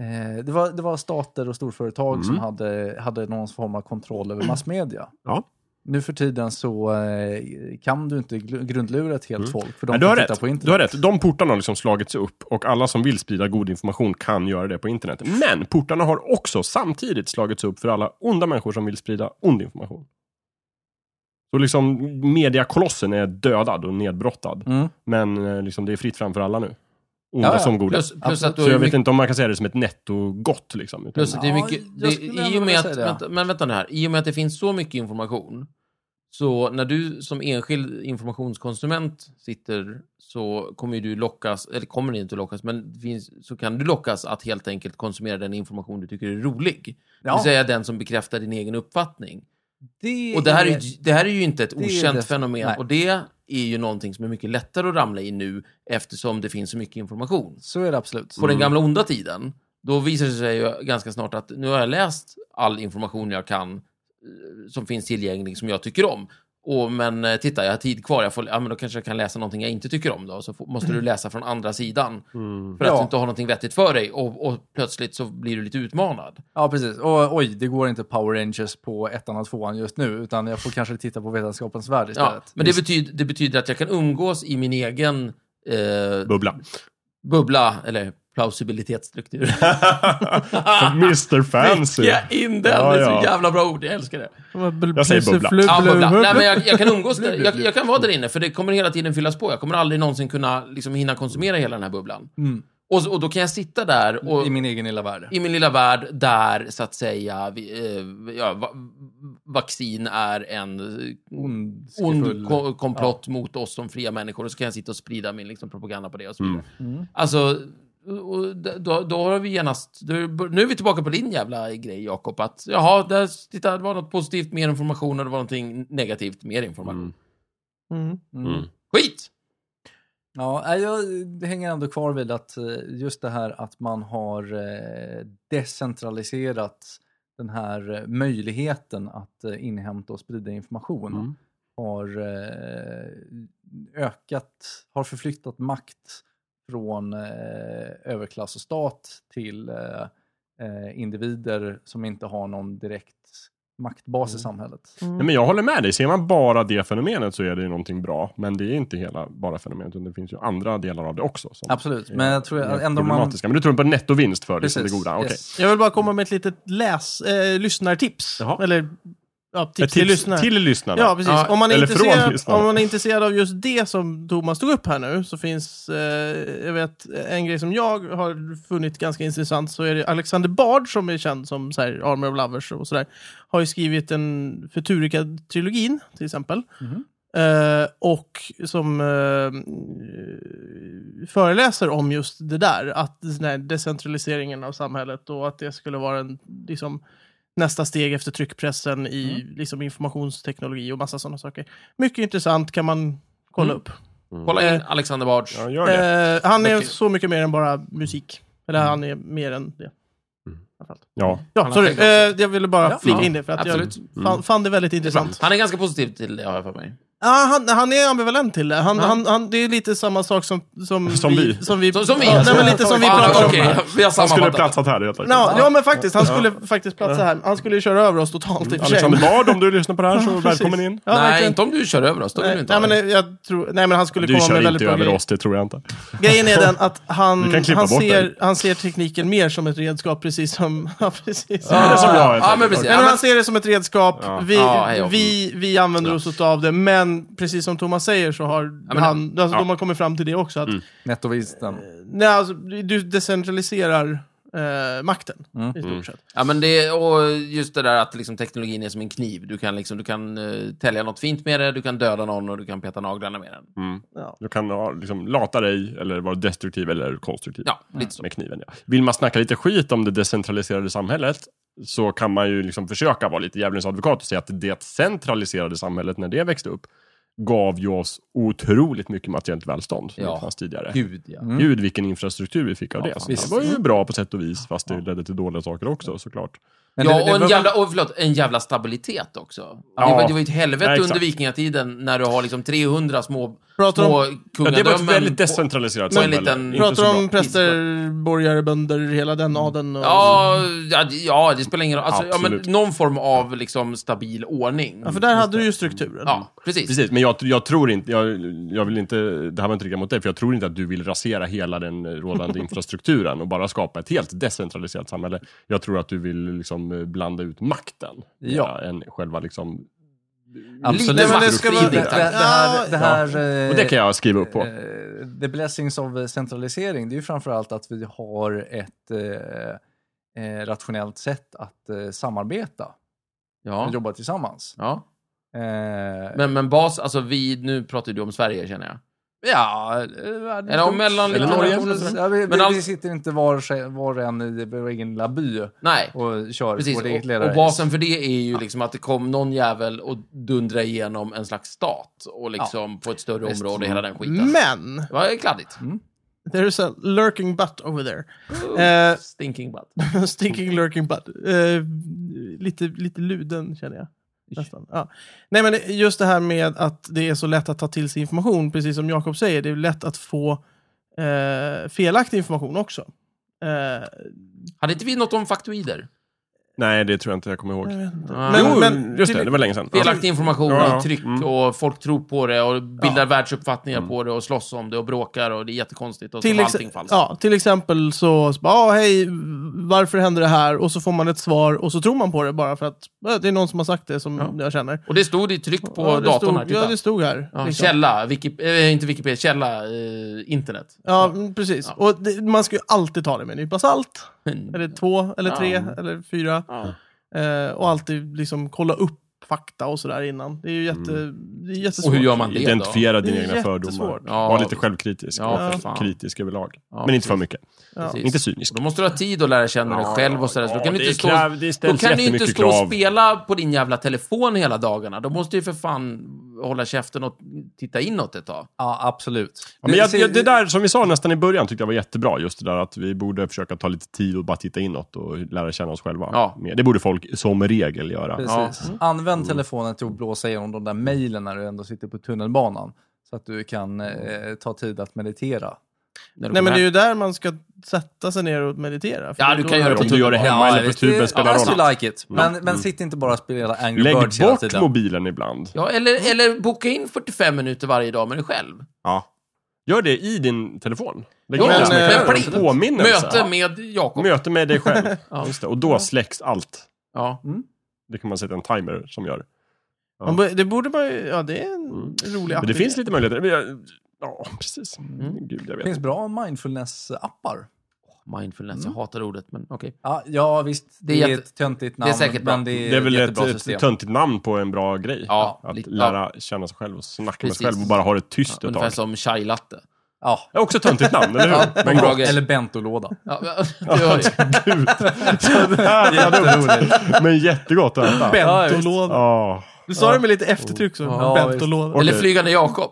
[SPEAKER 2] eh, det, var, det var stater och storföretag som
[SPEAKER 4] Mm.
[SPEAKER 2] hade, hade någon form av kontroll över massmedia.
[SPEAKER 4] Ja.
[SPEAKER 2] Nu för tiden så eh, kan du inte gl- grundlura ett helt
[SPEAKER 4] Mm.
[SPEAKER 2] folk för de
[SPEAKER 4] Nej, du,
[SPEAKER 2] kan
[SPEAKER 4] har
[SPEAKER 2] titta
[SPEAKER 4] rätt.
[SPEAKER 2] på internet.
[SPEAKER 4] du har rätt. De portarna har liksom slagits upp och alla som vill sprida god information kan göra det på internet. Men portarna har också samtidigt slagits upp för alla onda människor som vill sprida ond information. Så liksom mediakolossen är dödad och nedbrottad.
[SPEAKER 2] Mm.
[SPEAKER 4] Men eh, liksom, det är fritt fram för alla nu. Onda
[SPEAKER 2] Ja, ja.
[SPEAKER 4] som goda.
[SPEAKER 3] Plus, plus att du
[SPEAKER 4] Så
[SPEAKER 3] har
[SPEAKER 4] jag
[SPEAKER 3] ju
[SPEAKER 4] vet
[SPEAKER 3] mycket...
[SPEAKER 4] inte om man kan säga det som ett nettogott. Liksom, utan
[SPEAKER 3] Plus att det är
[SPEAKER 2] Ja,
[SPEAKER 3] mycket... Det,
[SPEAKER 2] jag skulle ändå
[SPEAKER 3] i och med
[SPEAKER 2] vilja
[SPEAKER 3] att,
[SPEAKER 2] säga det.
[SPEAKER 3] vänta, men vänta nu här. I och med att det finns så mycket information, så när du som enskild informationskonsument sitter så kommer ju du lockas, eller kommer det inte lockas, men det finns, så kan du lockas att helt enkelt konsumera den information du tycker är rolig. Det
[SPEAKER 2] Ja,
[SPEAKER 3] vill säga den som bekräftar din egen uppfattning.
[SPEAKER 2] det
[SPEAKER 3] Och det här, är,
[SPEAKER 2] är-
[SPEAKER 3] ju- det här är ju inte ett
[SPEAKER 2] det är
[SPEAKER 3] okänt
[SPEAKER 2] det-
[SPEAKER 3] fenomen.
[SPEAKER 2] nej.
[SPEAKER 3] Och det är ju någonting som är mycket lättare att ramla i nu eftersom det finns så mycket information.
[SPEAKER 2] Så är det absolut.
[SPEAKER 3] På
[SPEAKER 4] Mm.
[SPEAKER 3] den gamla onda tiden, då visar det sig ju ganska snart att nu har jag läst all information jag kan eh, som finns tillgänglig som jag tycker om. Och, men eh, titta, jag har tid kvar. Jag får, ja, men då kanske jag kan läsa någonting jag inte tycker om. Då. Så får, måste du läsa från andra sidan
[SPEAKER 4] Mm.
[SPEAKER 3] för att
[SPEAKER 2] Ja.
[SPEAKER 3] du inte har någonting vettigt för dig. Och, och plötsligt så blir du lite utmanad.
[SPEAKER 2] Ja, precis. Och, oj, det går inte Power Rangers på ettan och tvåan just nu, utan jag får kanske titta på Vetenskapens Värld
[SPEAKER 3] Ja,
[SPEAKER 2] istället.
[SPEAKER 3] men det betyder, det betyder att jag kan umgås i min egen eh,
[SPEAKER 4] Bubbla.
[SPEAKER 3] bubbla, eller plausibilitetsstruktur.
[SPEAKER 4] Mr Fancy.
[SPEAKER 3] Vicka in den,
[SPEAKER 4] Ja,
[SPEAKER 3] det är
[SPEAKER 4] ja.
[SPEAKER 3] så jävla bra ord, jag älskar det.
[SPEAKER 4] Jag säger bubbla.
[SPEAKER 3] Ja, bubbla. Nej, men
[SPEAKER 1] jag...
[SPEAKER 3] jag, jag kan umgås där, jag, jag kan vara där inne, för det kommer hela tiden fyllas på. Jag kommer aldrig någonsin kunna liksom, hinna konsumera hela den här bubblan.
[SPEAKER 2] Mm.
[SPEAKER 3] Och, så- och då kan jag sitta där och,
[SPEAKER 2] I min egen lilla värld.
[SPEAKER 3] i min lilla värld där, så att säga, vi, eh, ja, va, vaccin är en eh,
[SPEAKER 2] Ondskefull. Mm.
[SPEAKER 3] ond ko- komplott mot oss som fria människor och så kan jag sitta och sprida min liksom, propaganda på det och så vidare.
[SPEAKER 4] Mm.
[SPEAKER 2] Mm.
[SPEAKER 3] Alltså, och och då, då har vi genast... då- Nu är vi tillbaka på din jävla grej, Jakob. Att jaha, där, titta, det var något positivt, mer information och det var någonting negativt, mer information.
[SPEAKER 4] Mm.
[SPEAKER 1] Mm.
[SPEAKER 2] Mm.
[SPEAKER 4] Mm.
[SPEAKER 3] Skit!
[SPEAKER 2] Ja, nej, jag hänger ändå kvar vid att eh, just det här att man har eh, decentraliserat den här eh, möjligheten att eh, inhämta och sprida information
[SPEAKER 4] Mm.
[SPEAKER 2] har eh, ökat, har förflyttat makt från eh, överklass och stat till eh, eh, individer som inte har någon direkt maktbas i samhället.
[SPEAKER 1] Mm.
[SPEAKER 4] Nej, men jag håller med dig. Ser man bara det fenomenet så är det ju någonting bra. Men det är inte hela bara fenomenet. utan Det finns ju andra delar av det också. Som
[SPEAKER 2] Absolut,
[SPEAKER 4] är
[SPEAKER 2] men jag tror
[SPEAKER 4] mer
[SPEAKER 2] ändå man...
[SPEAKER 4] problematiska. Men du tror på nettovinst för det som det
[SPEAKER 2] Precis,
[SPEAKER 4] goda? Okej.
[SPEAKER 2] yes.
[SPEAKER 1] Jag vill bara komma med ett litet läs, eh, lyssnartips.
[SPEAKER 4] Jaha.
[SPEAKER 1] Eller ja, tips,
[SPEAKER 4] Ett
[SPEAKER 1] till lyssnare.
[SPEAKER 4] till lyssnarna.
[SPEAKER 1] Ja, precis.
[SPEAKER 3] Ja,
[SPEAKER 1] om, man är
[SPEAKER 4] eller från
[SPEAKER 1] intresserad,
[SPEAKER 4] lyssnarna.
[SPEAKER 1] om man är intresserad av just det som Thomas tog upp här nu så finns, eh, jag vet, en grej som jag har funnit ganska intressant så är det Alexander Bard som är känd som så här, Army of Lovers och sådär. Har ju skrivit en Futurica-trilogin till exempel.
[SPEAKER 2] Mhm.
[SPEAKER 1] Eh, och som eh, föreläser om just det där, att den här decentraliseringen av samhället och att det skulle vara en, liksom, nästa steg efter tryckpressen i liksom, informationsteknologi och massa sådana saker. Mycket intressant kan man kolla upp.
[SPEAKER 3] Kolla in
[SPEAKER 1] Eh,
[SPEAKER 3] Alexander Bards.
[SPEAKER 4] Ja, gör det.
[SPEAKER 1] Eh, han är
[SPEAKER 3] Mycket.
[SPEAKER 1] så mycket mer än bara musik. Eller han är mer än det.
[SPEAKER 4] Mm.
[SPEAKER 1] Framförallt.
[SPEAKER 4] Ja.
[SPEAKER 1] Ja,
[SPEAKER 3] har
[SPEAKER 1] sorry.
[SPEAKER 3] tänkt också.
[SPEAKER 1] Eh, jag ville bara
[SPEAKER 2] Ja,
[SPEAKER 1] flika
[SPEAKER 3] ja,
[SPEAKER 1] in det för att
[SPEAKER 3] absolut.
[SPEAKER 1] jag fann, fann det väldigt intressant.
[SPEAKER 3] Han är ganska positiv till det, har jag för mig.
[SPEAKER 1] Ja, han, han är ambivalent till det. Han,
[SPEAKER 3] Ja.
[SPEAKER 1] han, han, det är lite samma sak som, som,
[SPEAKER 4] Som vi.
[SPEAKER 1] Som vi,
[SPEAKER 3] Som, som vi.
[SPEAKER 1] Ja, nej, men lite som vi
[SPEAKER 3] Fan,
[SPEAKER 1] pratade om.
[SPEAKER 3] okej,
[SPEAKER 1] här.
[SPEAKER 3] Vi har
[SPEAKER 4] Han skulle
[SPEAKER 3] sammanfattat.
[SPEAKER 4] platsat här helt enkelt.
[SPEAKER 1] Ja, ja, men faktiskt. Han skulle faktiskt platsa här. Han skulle ju köra över oss totalt i och för sig.
[SPEAKER 4] Alexander Bard, om du lyssnar på det här så
[SPEAKER 1] Precis.
[SPEAKER 4] välkommen in.
[SPEAKER 1] Ja,
[SPEAKER 3] nej,
[SPEAKER 1] verkligen.
[SPEAKER 3] inte om du kör över oss. Då vill vi
[SPEAKER 1] Nej,
[SPEAKER 3] inte
[SPEAKER 1] nej,
[SPEAKER 3] ha det.
[SPEAKER 1] men jag tror, nej, men han skulle
[SPEAKER 4] Du
[SPEAKER 1] komma med
[SPEAKER 4] kör
[SPEAKER 1] väldigt
[SPEAKER 4] inte
[SPEAKER 1] bra
[SPEAKER 4] över
[SPEAKER 1] grejer.
[SPEAKER 4] oss, det tror jag inte.
[SPEAKER 1] Grejen är den att han,
[SPEAKER 4] Du kan klippa
[SPEAKER 1] han,
[SPEAKER 4] bort
[SPEAKER 1] ser,
[SPEAKER 4] den.
[SPEAKER 1] han ser tekniken mer som ett redskap, precis som... Ja, precis.
[SPEAKER 4] Det är som jag,
[SPEAKER 3] ja,
[SPEAKER 4] helt enkelt.
[SPEAKER 3] men precis.
[SPEAKER 1] Nej, men han ser det som ett redskap.
[SPEAKER 4] Ja.
[SPEAKER 1] Vi,
[SPEAKER 3] Ja, hej då.
[SPEAKER 1] vi, vi använder oss av det, men precis som Thomas säger så har
[SPEAKER 3] men-
[SPEAKER 1] han, alltså,
[SPEAKER 4] ja. Mm.
[SPEAKER 1] de har kommit fram till det också. Att
[SPEAKER 2] Nettovinsten.
[SPEAKER 4] Eh,
[SPEAKER 1] Nej, alltså, du du decentraliserar eh, makten
[SPEAKER 4] Mm.
[SPEAKER 1] i stort sett.
[SPEAKER 3] Ja, men det, och just det där att liksom teknologin är som en kniv. Du kan, liksom, du kan eh, tälja något fint med det, du kan döda någon och du kan peta naglarna med den.
[SPEAKER 1] Ja.
[SPEAKER 4] Du kan ja, liksom, lata dig, eller vara destruktiv eller konstruktiv.
[SPEAKER 3] Ja, lite så.
[SPEAKER 4] med kniven. Ja. Vill man snacka lite skit om det decentraliserade samhället så kan man ju liksom försöka vara lite djävulens advokat och säga att det centraliserade samhället när det växte upp gav ju oss otroligt mycket materiellt välstånd som
[SPEAKER 3] Ja.
[SPEAKER 4] inte fanns tidigare.
[SPEAKER 3] Gud, ja.
[SPEAKER 2] Mm.
[SPEAKER 4] Gud vilken infrastruktur vi fick av det. Så det
[SPEAKER 2] fantastiskt.
[SPEAKER 4] var ju bra på sätt och vis fast det ledde till dåliga saker också såklart.
[SPEAKER 2] Men det- det
[SPEAKER 3] ja, och
[SPEAKER 2] var
[SPEAKER 3] en
[SPEAKER 2] väl-
[SPEAKER 3] jävla, och förlåt, en jävla stabilitet också. Det,
[SPEAKER 4] Ja.
[SPEAKER 3] var, det var ju ett helvete
[SPEAKER 4] Ja, exakt.
[SPEAKER 3] under vikingatiden när du har liksom 300 små,
[SPEAKER 1] Pratar
[SPEAKER 3] små
[SPEAKER 4] Ja, det var ett
[SPEAKER 3] kungadömen.
[SPEAKER 4] väldigt
[SPEAKER 3] på-
[SPEAKER 4] decentraliserat
[SPEAKER 3] Men-
[SPEAKER 4] samhälle.
[SPEAKER 3] liten-
[SPEAKER 4] Inte så
[SPEAKER 1] Pratar
[SPEAKER 4] bra.
[SPEAKER 1] om präster, borgare, bönder, hela den adeln. Och,
[SPEAKER 3] Ja, ja, det- ja, det spelar ingen roll. Alltså, ja, men
[SPEAKER 4] Absolut.
[SPEAKER 3] någon form av liksom, stabil ordning.
[SPEAKER 1] ja, för där hade du ju strukturen.
[SPEAKER 3] Ja, precis.
[SPEAKER 4] Precis, men jag, jag tror inte, jag, jag vill inte, det här var inte riktat mot dig, för jag tror inte att du vill rasera hela den eh, rådande infrastrukturen och bara skapa ett helt decentraliserat samhälle. Jag tror att du vill liksom eh, blanda ut makten,
[SPEAKER 2] Ja.
[SPEAKER 4] än själva liksom...
[SPEAKER 2] Absolut.
[SPEAKER 1] Nej, men det
[SPEAKER 4] Absolut.
[SPEAKER 1] ska
[SPEAKER 3] Det-
[SPEAKER 1] vara...
[SPEAKER 2] Det, det, det här... Det här eh,
[SPEAKER 4] Och det kan jag skriva upp på.
[SPEAKER 2] Eh, the blessings of centralisering, det är ju framförallt att vi har ett eh, eh, rationellt sätt att eh, samarbeta och
[SPEAKER 3] Ja.
[SPEAKER 2] jobba tillsammans.
[SPEAKER 3] Ja.
[SPEAKER 2] Eh,
[SPEAKER 3] Men, men bas, alltså vi, nu pratar du om Sverige känner jag.
[SPEAKER 2] ja,
[SPEAKER 4] eh,
[SPEAKER 3] Eller om mellan-
[SPEAKER 4] Eller Norge.
[SPEAKER 2] Ja, vi,
[SPEAKER 3] Men
[SPEAKER 2] vi,
[SPEAKER 3] alltså-
[SPEAKER 2] vi sitter inte var, sig- var och en i vår egen lilla by
[SPEAKER 3] Nej,
[SPEAKER 2] och kör
[SPEAKER 3] precis.
[SPEAKER 2] vårt eget
[SPEAKER 3] Och,
[SPEAKER 2] ledare.
[SPEAKER 3] och basen för det är ju liksom att det kom någon jävel och dundra igenom en slags stat och liksom på ett större
[SPEAKER 2] Visst.
[SPEAKER 3] område, hela den skiten.
[SPEAKER 1] Men,
[SPEAKER 3] Det var kladdigt.
[SPEAKER 1] there's a lurking butt over there. Eh,
[SPEAKER 3] Stinking butt.
[SPEAKER 1] Stinking lurking butt. Eh, lite, lite luden känner jag. Nästan. Ja. Nej men just det här med att det är så lätt att ta till sig information, precis som Jakob säger, det är lätt att få eh, felaktig information också. Eh,
[SPEAKER 3] Hade inte vi något om faktoider?
[SPEAKER 4] Nej, det tror jag inte jag kommer ihåg.
[SPEAKER 3] Men,
[SPEAKER 4] jo,
[SPEAKER 1] eh, men-
[SPEAKER 4] just det,
[SPEAKER 1] till-
[SPEAKER 4] det var länge sedan.
[SPEAKER 3] Felaktig information
[SPEAKER 4] Ja, ja.
[SPEAKER 3] och tryck
[SPEAKER 4] Mm.
[SPEAKER 3] och folk tror på det och bildar världsuppfattningar på det och slåss om det och bråkar och det är jättekonstigt och så
[SPEAKER 1] Mm. till,
[SPEAKER 3] var
[SPEAKER 1] ex-
[SPEAKER 3] allting falskt.
[SPEAKER 1] ja, till exempel så, så bara, ah, hej, varför händer det här? Och så får man ett svar och så tror man på det bara för att eh, det är någon som har sagt det som jag känner.
[SPEAKER 3] Och det stod i tryck på
[SPEAKER 1] ja, det
[SPEAKER 3] datorn
[SPEAKER 1] stod,
[SPEAKER 3] här, titta.
[SPEAKER 1] Ja, det stod här.
[SPEAKER 3] Ja,
[SPEAKER 1] liksom.
[SPEAKER 3] Källa, Wikip- eh, inte Wikipedia, källa, eh, internet.
[SPEAKER 1] Ja, mm, precis. Och det, man ska ju alltid ta det med en nypa salt. Eller två, eller tre,
[SPEAKER 3] Ja.
[SPEAKER 1] eller fyra.
[SPEAKER 3] Ja.
[SPEAKER 1] Eh, och alltid liksom kolla upp fakta och sådär innan. Det är ju jätte, det är jättesvårt.
[SPEAKER 3] Mm. Och hur gör man det då?
[SPEAKER 4] Identifiera dina
[SPEAKER 1] Det är
[SPEAKER 4] egna fördomar.
[SPEAKER 1] jättesvårt.
[SPEAKER 3] Ja,
[SPEAKER 4] Var lite
[SPEAKER 3] visst.
[SPEAKER 4] självkritisk
[SPEAKER 3] Ja, för
[SPEAKER 4] och
[SPEAKER 3] fan.
[SPEAKER 4] kritisk överlag.
[SPEAKER 3] Ja,
[SPEAKER 4] Men inte för
[SPEAKER 3] precis.
[SPEAKER 4] mycket.
[SPEAKER 1] Ja.
[SPEAKER 3] Precis.
[SPEAKER 4] Inte cynisk.
[SPEAKER 3] Och Då måste du ha tid att lära känna dig själv och sådär. så då kan du
[SPEAKER 4] det
[SPEAKER 3] inte stå,
[SPEAKER 4] kräv- det
[SPEAKER 3] då
[SPEAKER 4] ställs
[SPEAKER 3] kan du inte
[SPEAKER 4] jättemycket
[SPEAKER 3] stå och
[SPEAKER 4] krav.
[SPEAKER 3] spela på din jävla telefon hela dagarna. Då måste du ju för fan hålla käften och titta inåt ett tag.
[SPEAKER 2] Ja, absolut.
[SPEAKER 4] Ja, men
[SPEAKER 2] Det-
[SPEAKER 4] jag,
[SPEAKER 2] se-
[SPEAKER 4] jag, det där som vi sa nästan i början tyckte jag var jättebra. Just det där att vi borde försöka ta lite tid och bara titta inåt och lära känna oss själva.
[SPEAKER 3] Ja.
[SPEAKER 4] mer. Det borde folk som regel göra.
[SPEAKER 2] Precis. Använd telefonen till att blåsa igenom de där mejlen när du ändå sitter på tunnelbanan. Så att du kan eh, ta tid att meditera.
[SPEAKER 3] När du
[SPEAKER 1] Nej,
[SPEAKER 3] kommer
[SPEAKER 1] men det är
[SPEAKER 3] hem.
[SPEAKER 1] ju där man ska sätta sig ner och meditera. för
[SPEAKER 3] Ja,
[SPEAKER 1] det är
[SPEAKER 3] du
[SPEAKER 1] då-
[SPEAKER 3] kan göra det på
[SPEAKER 4] Om du gör det hemma eller på
[SPEAKER 2] visst,
[SPEAKER 4] tuben
[SPEAKER 2] det-
[SPEAKER 4] spelar
[SPEAKER 2] unless
[SPEAKER 4] roll. Mm.
[SPEAKER 2] you like it. Men, men sitt inte bara och spela Angry
[SPEAKER 4] Lägg
[SPEAKER 2] Birds hela
[SPEAKER 4] bort
[SPEAKER 2] tiden.
[SPEAKER 4] mobilen ibland.
[SPEAKER 3] Ja, eller, eller boka in 45 minuter varje dag med dig själv.
[SPEAKER 4] Ja. Gör det i din telefon. Lägg
[SPEAKER 3] Ja,
[SPEAKER 4] in den som
[SPEAKER 1] men-
[SPEAKER 4] en
[SPEAKER 3] plikt.
[SPEAKER 4] påminnelse.
[SPEAKER 3] Möte med Jakob.
[SPEAKER 4] Möte med dig själv.
[SPEAKER 3] Ja.
[SPEAKER 4] Just det. Och då släcks allt.
[SPEAKER 3] ja.
[SPEAKER 4] Det kan man sätta en timer som gör.
[SPEAKER 1] Man bo- det borde man ju... Ja, det är en
[SPEAKER 3] Mm.
[SPEAKER 1] rolig
[SPEAKER 4] Men det
[SPEAKER 1] aktivitet.
[SPEAKER 4] finns lite möjligheter. Men jag- Ja, precis. Gud, jag
[SPEAKER 2] Det
[SPEAKER 4] vet.
[SPEAKER 2] finns bra mindfulness-appar.
[SPEAKER 3] Mindfulness,
[SPEAKER 4] Mm.
[SPEAKER 3] jag hatar ordet, men okej.
[SPEAKER 2] Ja, ja, visst. Det
[SPEAKER 3] Det är
[SPEAKER 2] är,
[SPEAKER 3] jätte-
[SPEAKER 2] ett töntigt
[SPEAKER 3] är
[SPEAKER 2] namn.
[SPEAKER 3] säkert bra.
[SPEAKER 2] men det är,
[SPEAKER 4] Det är väl ett,
[SPEAKER 2] jättebra
[SPEAKER 4] ett
[SPEAKER 2] system.
[SPEAKER 4] töntigt namn på en bra grej.
[SPEAKER 3] Ja,
[SPEAKER 4] Att
[SPEAKER 3] lite-
[SPEAKER 4] lära känna sig själv och snacka
[SPEAKER 3] Precis.
[SPEAKER 4] med sig själv och bara ha det
[SPEAKER 3] Ja,
[SPEAKER 4] tyst ett
[SPEAKER 3] ungefär
[SPEAKER 4] tag.
[SPEAKER 3] som chai latte.
[SPEAKER 2] Ja.
[SPEAKER 4] Det är också ett töntigt namn, eller hur? Men
[SPEAKER 3] bra
[SPEAKER 4] gott.
[SPEAKER 3] grej.
[SPEAKER 2] Eller bentolåda.
[SPEAKER 3] Ja, det gör jag.
[SPEAKER 4] Gud. Jävla dumt. Men jättegott att äta.
[SPEAKER 1] Bentolåda.
[SPEAKER 4] Ja.
[SPEAKER 1] Du sa det med lite eftertryck så.
[SPEAKER 2] Ja,
[SPEAKER 1] Bentolåda.
[SPEAKER 3] Eller
[SPEAKER 4] Okej.
[SPEAKER 3] flygande Jakob.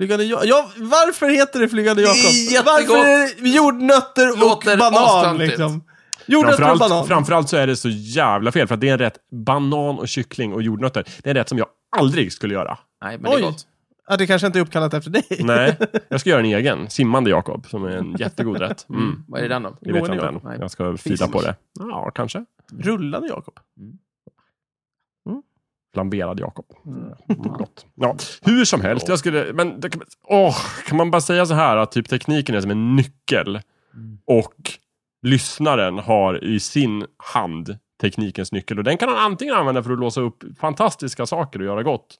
[SPEAKER 1] Flygande ja, ja, varför heter det Flygande Jakob?
[SPEAKER 3] Det är jättegott.
[SPEAKER 1] Varför är det jordnötter och
[SPEAKER 3] Låter
[SPEAKER 1] banan
[SPEAKER 3] astöntigt.
[SPEAKER 1] liksom? Jordnötter och banan.
[SPEAKER 4] Framförallt, framförallt så är det så jävla fel, för att det är en rätt banan och kyckling och jordnötter. Det är en rätt som jag aldrig skulle göra.
[SPEAKER 3] Nej, men det är
[SPEAKER 1] Oj!
[SPEAKER 3] gott.
[SPEAKER 1] Ja, det kanske inte är uppkallat efter dig.
[SPEAKER 4] Nej, jag ska göra en egen. Simmande Jakob, som är en jättegod rätt. Mm.
[SPEAKER 3] Vad är det den om?
[SPEAKER 4] Det vet
[SPEAKER 1] Går
[SPEAKER 4] jag
[SPEAKER 1] ni
[SPEAKER 4] inte
[SPEAKER 1] då?
[SPEAKER 3] Nej.
[SPEAKER 4] än. Jag ska fila på det. Ja, kanske.
[SPEAKER 1] Rullande Jakob.
[SPEAKER 4] Flamberad Jakob.
[SPEAKER 3] Mm.
[SPEAKER 4] Gott. Ja, hur som helst, jag skulle... Men det kan, åh, kan man bara säga så här att typ tekniken är som en nyckel
[SPEAKER 3] Mm.
[SPEAKER 4] och lyssnaren har i sin hand teknikens nyckel och den kan han antingen använda för att låsa upp fantastiska saker och göra gott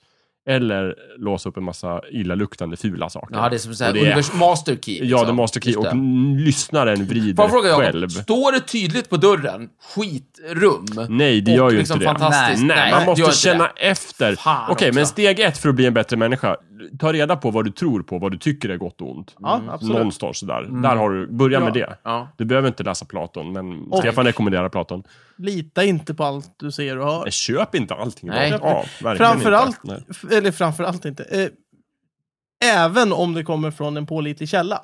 [SPEAKER 4] eller låsa upp en massa illaluktande fula saker.
[SPEAKER 3] Ja, det är som så här,
[SPEAKER 4] Och det är-
[SPEAKER 3] univers- master key. Liksom.
[SPEAKER 4] Ja, det måste key
[SPEAKER 3] Just
[SPEAKER 4] och
[SPEAKER 3] det.
[SPEAKER 4] n- lyssnaren vrider
[SPEAKER 3] Får jag fråga
[SPEAKER 4] själv.
[SPEAKER 3] Jakob, står det tydligt på dörren, skitrum?
[SPEAKER 4] Nej, det
[SPEAKER 3] och
[SPEAKER 4] gör ju
[SPEAKER 3] liksom
[SPEAKER 4] inte det.
[SPEAKER 3] fantastiskt?
[SPEAKER 4] Nej, man
[SPEAKER 3] gör
[SPEAKER 4] måste
[SPEAKER 3] inte
[SPEAKER 4] känna
[SPEAKER 3] det.
[SPEAKER 4] efter.
[SPEAKER 3] Fan
[SPEAKER 4] Okej,
[SPEAKER 3] också.
[SPEAKER 4] men steg ett för att bli en bättre människa. Ta reda på vad du tror på, vad du tycker är gott och ont.
[SPEAKER 1] Ja, absolut.
[SPEAKER 4] Någonstans sådär. Där har du, börja med det.
[SPEAKER 3] Mm. Ja.
[SPEAKER 4] Du behöver inte läsa Platon, men Stefan rekommenderar Platon.
[SPEAKER 1] Lita inte på allt du ser och hör.
[SPEAKER 4] Men Köp inte allting.
[SPEAKER 3] Nej.
[SPEAKER 4] rakt av. Verkligen
[SPEAKER 1] Framförallt,
[SPEAKER 4] inte. Nej.
[SPEAKER 1] f- eller framförallt inte. Eh, även om det kommer från en pålitlig källa.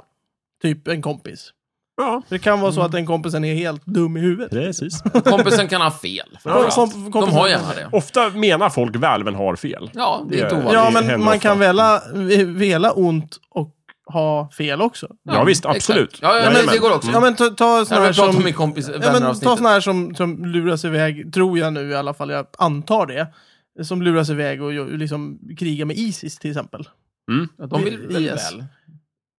[SPEAKER 1] Typ en kompis.
[SPEAKER 4] Ja,
[SPEAKER 1] För det kan vara så
[SPEAKER 4] Mm.
[SPEAKER 1] att den kompisen är helt dum i huvudet.
[SPEAKER 4] precis.
[SPEAKER 3] Kompisen kan ha fel.
[SPEAKER 4] Ja.
[SPEAKER 1] Kom-
[SPEAKER 3] De
[SPEAKER 1] kompisen-
[SPEAKER 3] har gärna det.
[SPEAKER 4] Ofta menar folk väl, men har fel.
[SPEAKER 3] Ja, det är inte
[SPEAKER 4] Det-
[SPEAKER 3] ovanligt.
[SPEAKER 1] Ja,
[SPEAKER 4] det händer
[SPEAKER 1] men man
[SPEAKER 4] ofta.
[SPEAKER 1] kan väla, ve- vela ont och ha fel också.
[SPEAKER 4] Ja, visst,
[SPEAKER 3] exakt.
[SPEAKER 4] absolut.
[SPEAKER 3] Ja, ja, men
[SPEAKER 4] Jajamän.
[SPEAKER 3] det går också.
[SPEAKER 1] Ja, men ta, ta
[SPEAKER 3] Jag
[SPEAKER 1] såna
[SPEAKER 3] har
[SPEAKER 1] här
[SPEAKER 3] pratat
[SPEAKER 1] som...
[SPEAKER 3] om min kompis
[SPEAKER 1] Ja, men ta
[SPEAKER 3] vänner-avsnittet.
[SPEAKER 1] sådana här som, som luras iväg, tror jag nu i alla fall, jag antar det. Som luras iväg och gör- liksom krigar med Isis till exempel.
[SPEAKER 3] Ja, De vill väl
[SPEAKER 1] Yes.
[SPEAKER 3] väl?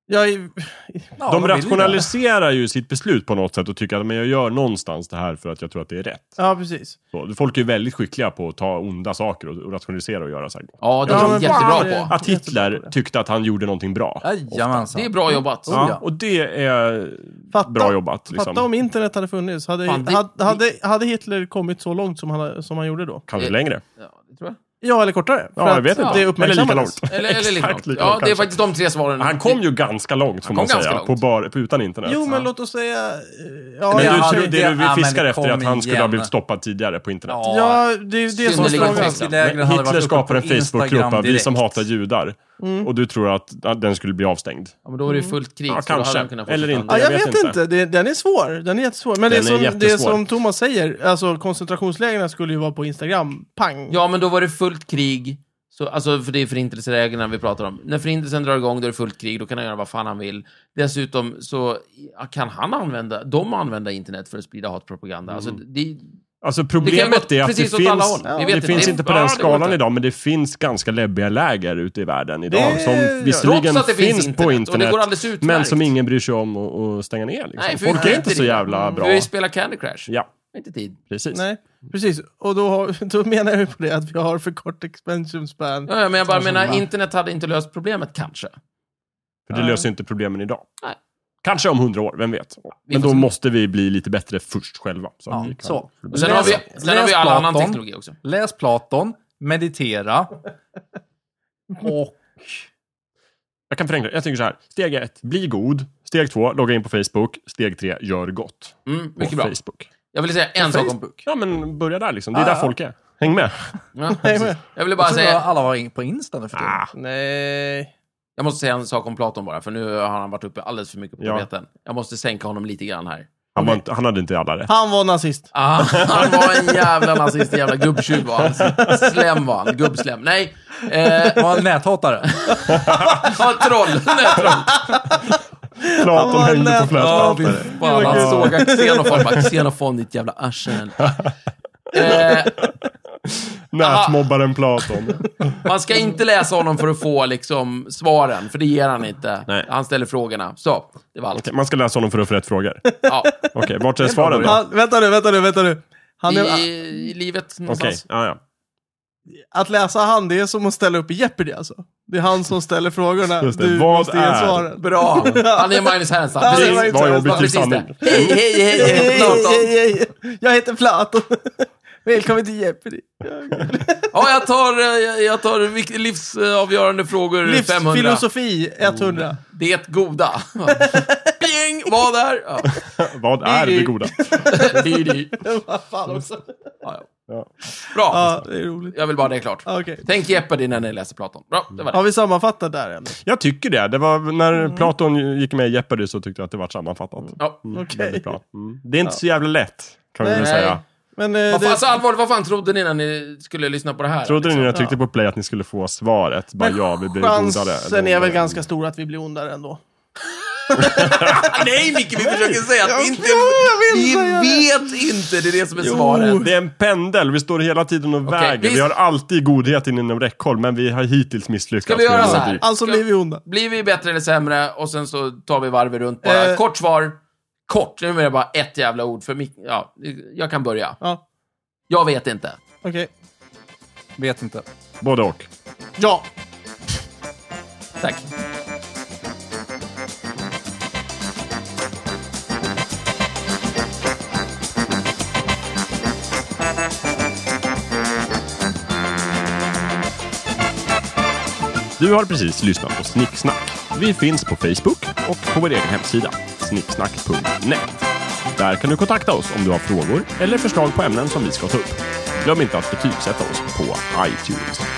[SPEAKER 1] Jag är,
[SPEAKER 2] Ja,
[SPEAKER 4] De
[SPEAKER 2] vad vill ni då?
[SPEAKER 4] rationaliserar ju sitt beslut på något sätt och tycker att men jag gör någonstans det här för att jag tror att det är rätt.
[SPEAKER 1] ja, precis.
[SPEAKER 4] Så, folk är ju väldigt skickliga på att ta onda saker och, och rationalisera och göra så här.
[SPEAKER 3] Ja, det
[SPEAKER 4] Ja,
[SPEAKER 3] är de
[SPEAKER 4] men
[SPEAKER 3] jättebra
[SPEAKER 1] fan,
[SPEAKER 3] på.
[SPEAKER 1] det-
[SPEAKER 4] Att
[SPEAKER 1] Jättebra på
[SPEAKER 4] Hitler
[SPEAKER 1] det.
[SPEAKER 4] tyckte att han gjorde någonting bra.
[SPEAKER 2] Jajamensan.
[SPEAKER 3] Det är bra jobbat.
[SPEAKER 2] Oh,
[SPEAKER 4] Ja,
[SPEAKER 2] ja.
[SPEAKER 4] och det är
[SPEAKER 1] Fatta,
[SPEAKER 4] bra jobbat.
[SPEAKER 1] fatta om
[SPEAKER 4] Liksom.
[SPEAKER 1] internet hade funnits. Hade,
[SPEAKER 3] Fan, det-
[SPEAKER 1] hade, hade, hade Hitler kommit så långt som han, som han gjorde då?
[SPEAKER 3] Eh,
[SPEAKER 4] Kanske längre.
[SPEAKER 3] Ja, det tror jag.
[SPEAKER 1] Ja, eller kortare.
[SPEAKER 4] Ja, jag
[SPEAKER 1] att
[SPEAKER 4] vet inte.
[SPEAKER 1] Det
[SPEAKER 4] Eller lika
[SPEAKER 1] uppmärksammades.
[SPEAKER 4] långt.
[SPEAKER 3] Eller, eller lika
[SPEAKER 4] Exakt
[SPEAKER 3] långt.
[SPEAKER 4] lika
[SPEAKER 3] Ja,
[SPEAKER 4] långt
[SPEAKER 3] det är
[SPEAKER 4] kanske.
[SPEAKER 3] faktiskt de tre svaren.
[SPEAKER 4] Han kom ju ganska långt, får
[SPEAKER 3] Han
[SPEAKER 4] man
[SPEAKER 3] kom ganska
[SPEAKER 4] säga.
[SPEAKER 3] långt.
[SPEAKER 4] På bar, på utan internet.
[SPEAKER 1] Jo, men
[SPEAKER 4] Ja.
[SPEAKER 1] låt oss säga... eh, Ja,
[SPEAKER 4] men
[SPEAKER 2] Ja,
[SPEAKER 4] du,
[SPEAKER 2] han
[SPEAKER 4] tror-
[SPEAKER 2] hade
[SPEAKER 4] det du
[SPEAKER 2] inte- ja,
[SPEAKER 4] vi fiskar
[SPEAKER 2] men
[SPEAKER 4] efter är att
[SPEAKER 2] kom
[SPEAKER 4] han skulle ha
[SPEAKER 2] igen.
[SPEAKER 4] blivit stoppad tidigare på internet.
[SPEAKER 2] Ja.
[SPEAKER 1] ja, det är ju det som är
[SPEAKER 3] Synnerligen
[SPEAKER 1] frågan.
[SPEAKER 3] tveksamt.
[SPEAKER 2] Lägren hade
[SPEAKER 4] Men Hitler
[SPEAKER 2] varit uppe
[SPEAKER 4] skapar en
[SPEAKER 2] på Instagram
[SPEAKER 4] Facebookgrupp, av vi
[SPEAKER 2] direkt.
[SPEAKER 4] som hatar judar. Och du tror att att den skulle bli avstängd.
[SPEAKER 3] Ja, men då är det fullt krig.
[SPEAKER 4] Ja,
[SPEAKER 3] så då hade
[SPEAKER 4] kanske.
[SPEAKER 3] han kunnat fortsätta.
[SPEAKER 4] Eller inte.
[SPEAKER 1] Ja, jag
[SPEAKER 4] Jag
[SPEAKER 1] vet,
[SPEAKER 4] vet
[SPEAKER 1] inte. Det, den är svår. Den är jättesvår. Men det är,
[SPEAKER 4] Den är
[SPEAKER 1] som, det är
[SPEAKER 4] jättesvår.
[SPEAKER 1] som Thomas säger, alltså koncentrationslägren skulle ju vara på Instagram. Pang!
[SPEAKER 3] Ja, men då var det fullt krig. Så, alltså, för det är förintelsereglerna vi pratar om. När förintelsen drar igång, då är det fullt krig. Då kan han göra vad fan han vill. Dessutom så kan han använda, de använda internet för att sprida hatpropaganda. Alltså, det, Det
[SPEAKER 4] Alltså
[SPEAKER 3] kan
[SPEAKER 4] problemet
[SPEAKER 3] gå
[SPEAKER 4] är att det
[SPEAKER 3] precis åt alla
[SPEAKER 4] finns,
[SPEAKER 3] håll. Vi vet
[SPEAKER 4] det
[SPEAKER 3] inte.
[SPEAKER 4] finns
[SPEAKER 3] Det-
[SPEAKER 4] inte på
[SPEAKER 3] ja,
[SPEAKER 4] den
[SPEAKER 3] det går
[SPEAKER 4] skalan
[SPEAKER 3] inte.
[SPEAKER 4] idag, men det finns ganska läbbiga läger ute i världen idag.
[SPEAKER 1] Det-
[SPEAKER 4] som
[SPEAKER 3] Trots
[SPEAKER 4] visserligen
[SPEAKER 3] att det
[SPEAKER 4] finns,
[SPEAKER 3] finns internet,
[SPEAKER 4] på
[SPEAKER 3] och det
[SPEAKER 4] internet,
[SPEAKER 3] går alldeles utmärkt.
[SPEAKER 4] men som ingen bryr sig om att- att stänga ner. Liksom.
[SPEAKER 3] Nej, för vi
[SPEAKER 4] Folk
[SPEAKER 3] skiter
[SPEAKER 4] är inte
[SPEAKER 3] i
[SPEAKER 4] så
[SPEAKER 3] det. Mm.
[SPEAKER 4] jävla
[SPEAKER 3] vi
[SPEAKER 4] bra.
[SPEAKER 3] har ju spelat Candy Crash.
[SPEAKER 4] Ja,
[SPEAKER 3] Inte tid.
[SPEAKER 4] precis.
[SPEAKER 1] Nej, precis. Och då, har, då menar jag ju på det att vi har för kort expansion span.
[SPEAKER 3] Ja, ja, men jag bara menar, internet hade inte löst problemet kanske.
[SPEAKER 4] För det löser inte problemen idag.
[SPEAKER 3] Nej.
[SPEAKER 4] Kanske om hundra år, vem vet? Men
[SPEAKER 3] får
[SPEAKER 4] då
[SPEAKER 3] se.
[SPEAKER 4] måste vi bli lite bättre först själva. Så att
[SPEAKER 2] Ja,
[SPEAKER 4] vi kan...
[SPEAKER 2] så.
[SPEAKER 3] Och sen har vi, sen har vi all annan
[SPEAKER 2] Platon.
[SPEAKER 3] teknologi också.
[SPEAKER 2] Läs Platon, meditera och...
[SPEAKER 4] Jag kan förenkla. Jag tänker så här. Steg ett, bli god. Steg två, logga in på Facebook. Steg tre, gör gott.
[SPEAKER 3] Mm,
[SPEAKER 4] På
[SPEAKER 3] mycket bra.
[SPEAKER 4] Facebook.
[SPEAKER 3] Jag vill säga en sak om...
[SPEAKER 4] Ja, men börja där liksom. Det är
[SPEAKER 2] Ja,
[SPEAKER 4] där
[SPEAKER 2] ja.
[SPEAKER 4] folk är. Häng med.
[SPEAKER 3] Ja,
[SPEAKER 1] Nej,
[SPEAKER 3] precis.
[SPEAKER 1] men-
[SPEAKER 3] jag ville bara
[SPEAKER 2] Jag tror
[SPEAKER 3] säga...
[SPEAKER 2] att Alltså, alla var in på Insta nu för tiden.
[SPEAKER 1] Nej.
[SPEAKER 3] Jag måste säga en sak om Platon bara, för nu har han varit uppe alldeles för mycket på
[SPEAKER 4] Ja.
[SPEAKER 3] tapeten. Jag måste sänka honom lite grann här.
[SPEAKER 4] Han, var inte, han hade inte alla rätt.
[SPEAKER 1] Han var nazist.
[SPEAKER 3] Ah, han var en jävla nazist, en jävla gubbtjuv var han. Slem var han, gubbslem. Nej, eh,
[SPEAKER 2] Var han näthatare?
[SPEAKER 3] ja, troll. Nej, troll.
[SPEAKER 1] Han var
[SPEAKER 4] Platon hängde på
[SPEAKER 1] lätt.
[SPEAKER 3] Ja,
[SPEAKER 4] flötplattor.
[SPEAKER 3] fy fan, han såg Xenofon. Bara, Xenofon, ditt jävla arsel. Eh,
[SPEAKER 4] Nätmobbaren Platon.
[SPEAKER 3] man ska inte läsa honom för att få liksom, svaren, för det ger han inte.
[SPEAKER 4] Nej.
[SPEAKER 3] Han ställer frågorna. Så, det var allt.
[SPEAKER 4] Okej, man ska läsa honom för att få rätt frågor.
[SPEAKER 3] Ja,
[SPEAKER 4] Okej, vart är svaren då?
[SPEAKER 1] Han, vänta nu, vänta nu, vänta nu. Han
[SPEAKER 3] i,
[SPEAKER 1] är,
[SPEAKER 3] I livet
[SPEAKER 4] Okej,
[SPEAKER 3] någonstans.
[SPEAKER 4] ja, ja.
[SPEAKER 1] att läsa han, det är som att ställa upp i Jeopardy alltså. Det är han som ställer frågorna.
[SPEAKER 4] Just det.
[SPEAKER 1] Du
[SPEAKER 4] Vad
[SPEAKER 1] måste ge
[SPEAKER 4] är-
[SPEAKER 1] svaren.
[SPEAKER 3] Bra. Han är Magnus Härenstam.
[SPEAKER 1] Ja,
[SPEAKER 3] Precis.
[SPEAKER 1] det var inte
[SPEAKER 4] Precis, Vad är
[SPEAKER 1] så.
[SPEAKER 4] objektiv
[SPEAKER 3] Precis
[SPEAKER 4] sanning?
[SPEAKER 3] det. Hej, hej, hej, hej, hej, Platon.
[SPEAKER 1] hej, hej. Jag heter Platon. Välkommen till Jeopardy.
[SPEAKER 3] Ja, jag tar, eh, jag- jag tar vik- livsavgörande frågor 500.
[SPEAKER 1] Livsfilosofi 100.
[SPEAKER 3] Det goda. Ping! Vad är? Ja.
[SPEAKER 4] Vad är det goda?
[SPEAKER 3] Dyr, dyr.
[SPEAKER 1] Vad fan också.
[SPEAKER 3] Ja, ja.
[SPEAKER 4] Ja.
[SPEAKER 3] Bra.
[SPEAKER 1] Oh. Ja, det är roligt.
[SPEAKER 3] Jag vill bara det är klart.
[SPEAKER 1] Ja, Okej.
[SPEAKER 3] Tänk Jeopardy när ni läser Platon. Bra, det var det.
[SPEAKER 1] Har vi sammanfattat där eller?
[SPEAKER 4] Jag tycker det. det var, när Platon gick med i Jeopardy så tyckte jag att det var sammanfattat.
[SPEAKER 3] Ja.
[SPEAKER 4] Mm,
[SPEAKER 1] Okej.
[SPEAKER 4] väldigt bra. Mm. Det är inte så jävla lätt, kan vi
[SPEAKER 1] Nej.
[SPEAKER 4] väl säga.
[SPEAKER 1] Men eh,
[SPEAKER 3] Vad
[SPEAKER 1] det,
[SPEAKER 3] fan, alltså allvarligt, vad fan trodde ni när ni skulle lyssna på det här?
[SPEAKER 4] Trodde ni när jag tryckte på play att ni skulle få svaret? Bara ja, vi blir godare.
[SPEAKER 1] chansen är väl ganska stor att vi blir ondare ändå.
[SPEAKER 3] Ah, nej, Micke, vi försöker säga att vi inte... Vi vet inte, det är det som är svaret.
[SPEAKER 4] Det är en pendel, vi står hela tiden och
[SPEAKER 3] Okej,
[SPEAKER 4] väger.
[SPEAKER 3] vi-
[SPEAKER 4] Vi har alltid godheten inom räckhåll, men vi har hittills misslyckats.
[SPEAKER 3] Ska vi göra
[SPEAKER 4] med
[SPEAKER 3] så
[SPEAKER 4] vår
[SPEAKER 3] här?
[SPEAKER 4] dryck.
[SPEAKER 1] Alltså
[SPEAKER 3] Ska-
[SPEAKER 1] blir vi onda.
[SPEAKER 3] Blir vi bättre eller sämre? Och sen så tar vi varvet runt bara.
[SPEAKER 1] Eh.
[SPEAKER 3] Kort svar. Kort. Nu är det bara ett jävla ord för Mick. Ja, jag kan börja.
[SPEAKER 1] Ja,
[SPEAKER 3] Jag vet inte.
[SPEAKER 1] okej.
[SPEAKER 2] Vet inte.
[SPEAKER 4] Både och.
[SPEAKER 1] Ja.
[SPEAKER 3] Tack.
[SPEAKER 4] Du har precis lyssnat på Snicksnack. Vi finns på Facebook och på vår egen hemsida, snicksnack.net. Där kan du kontakta oss om du har frågor eller förslag på ämnen som vi ska ta upp. Glöm inte att betygsätta oss på iTunes.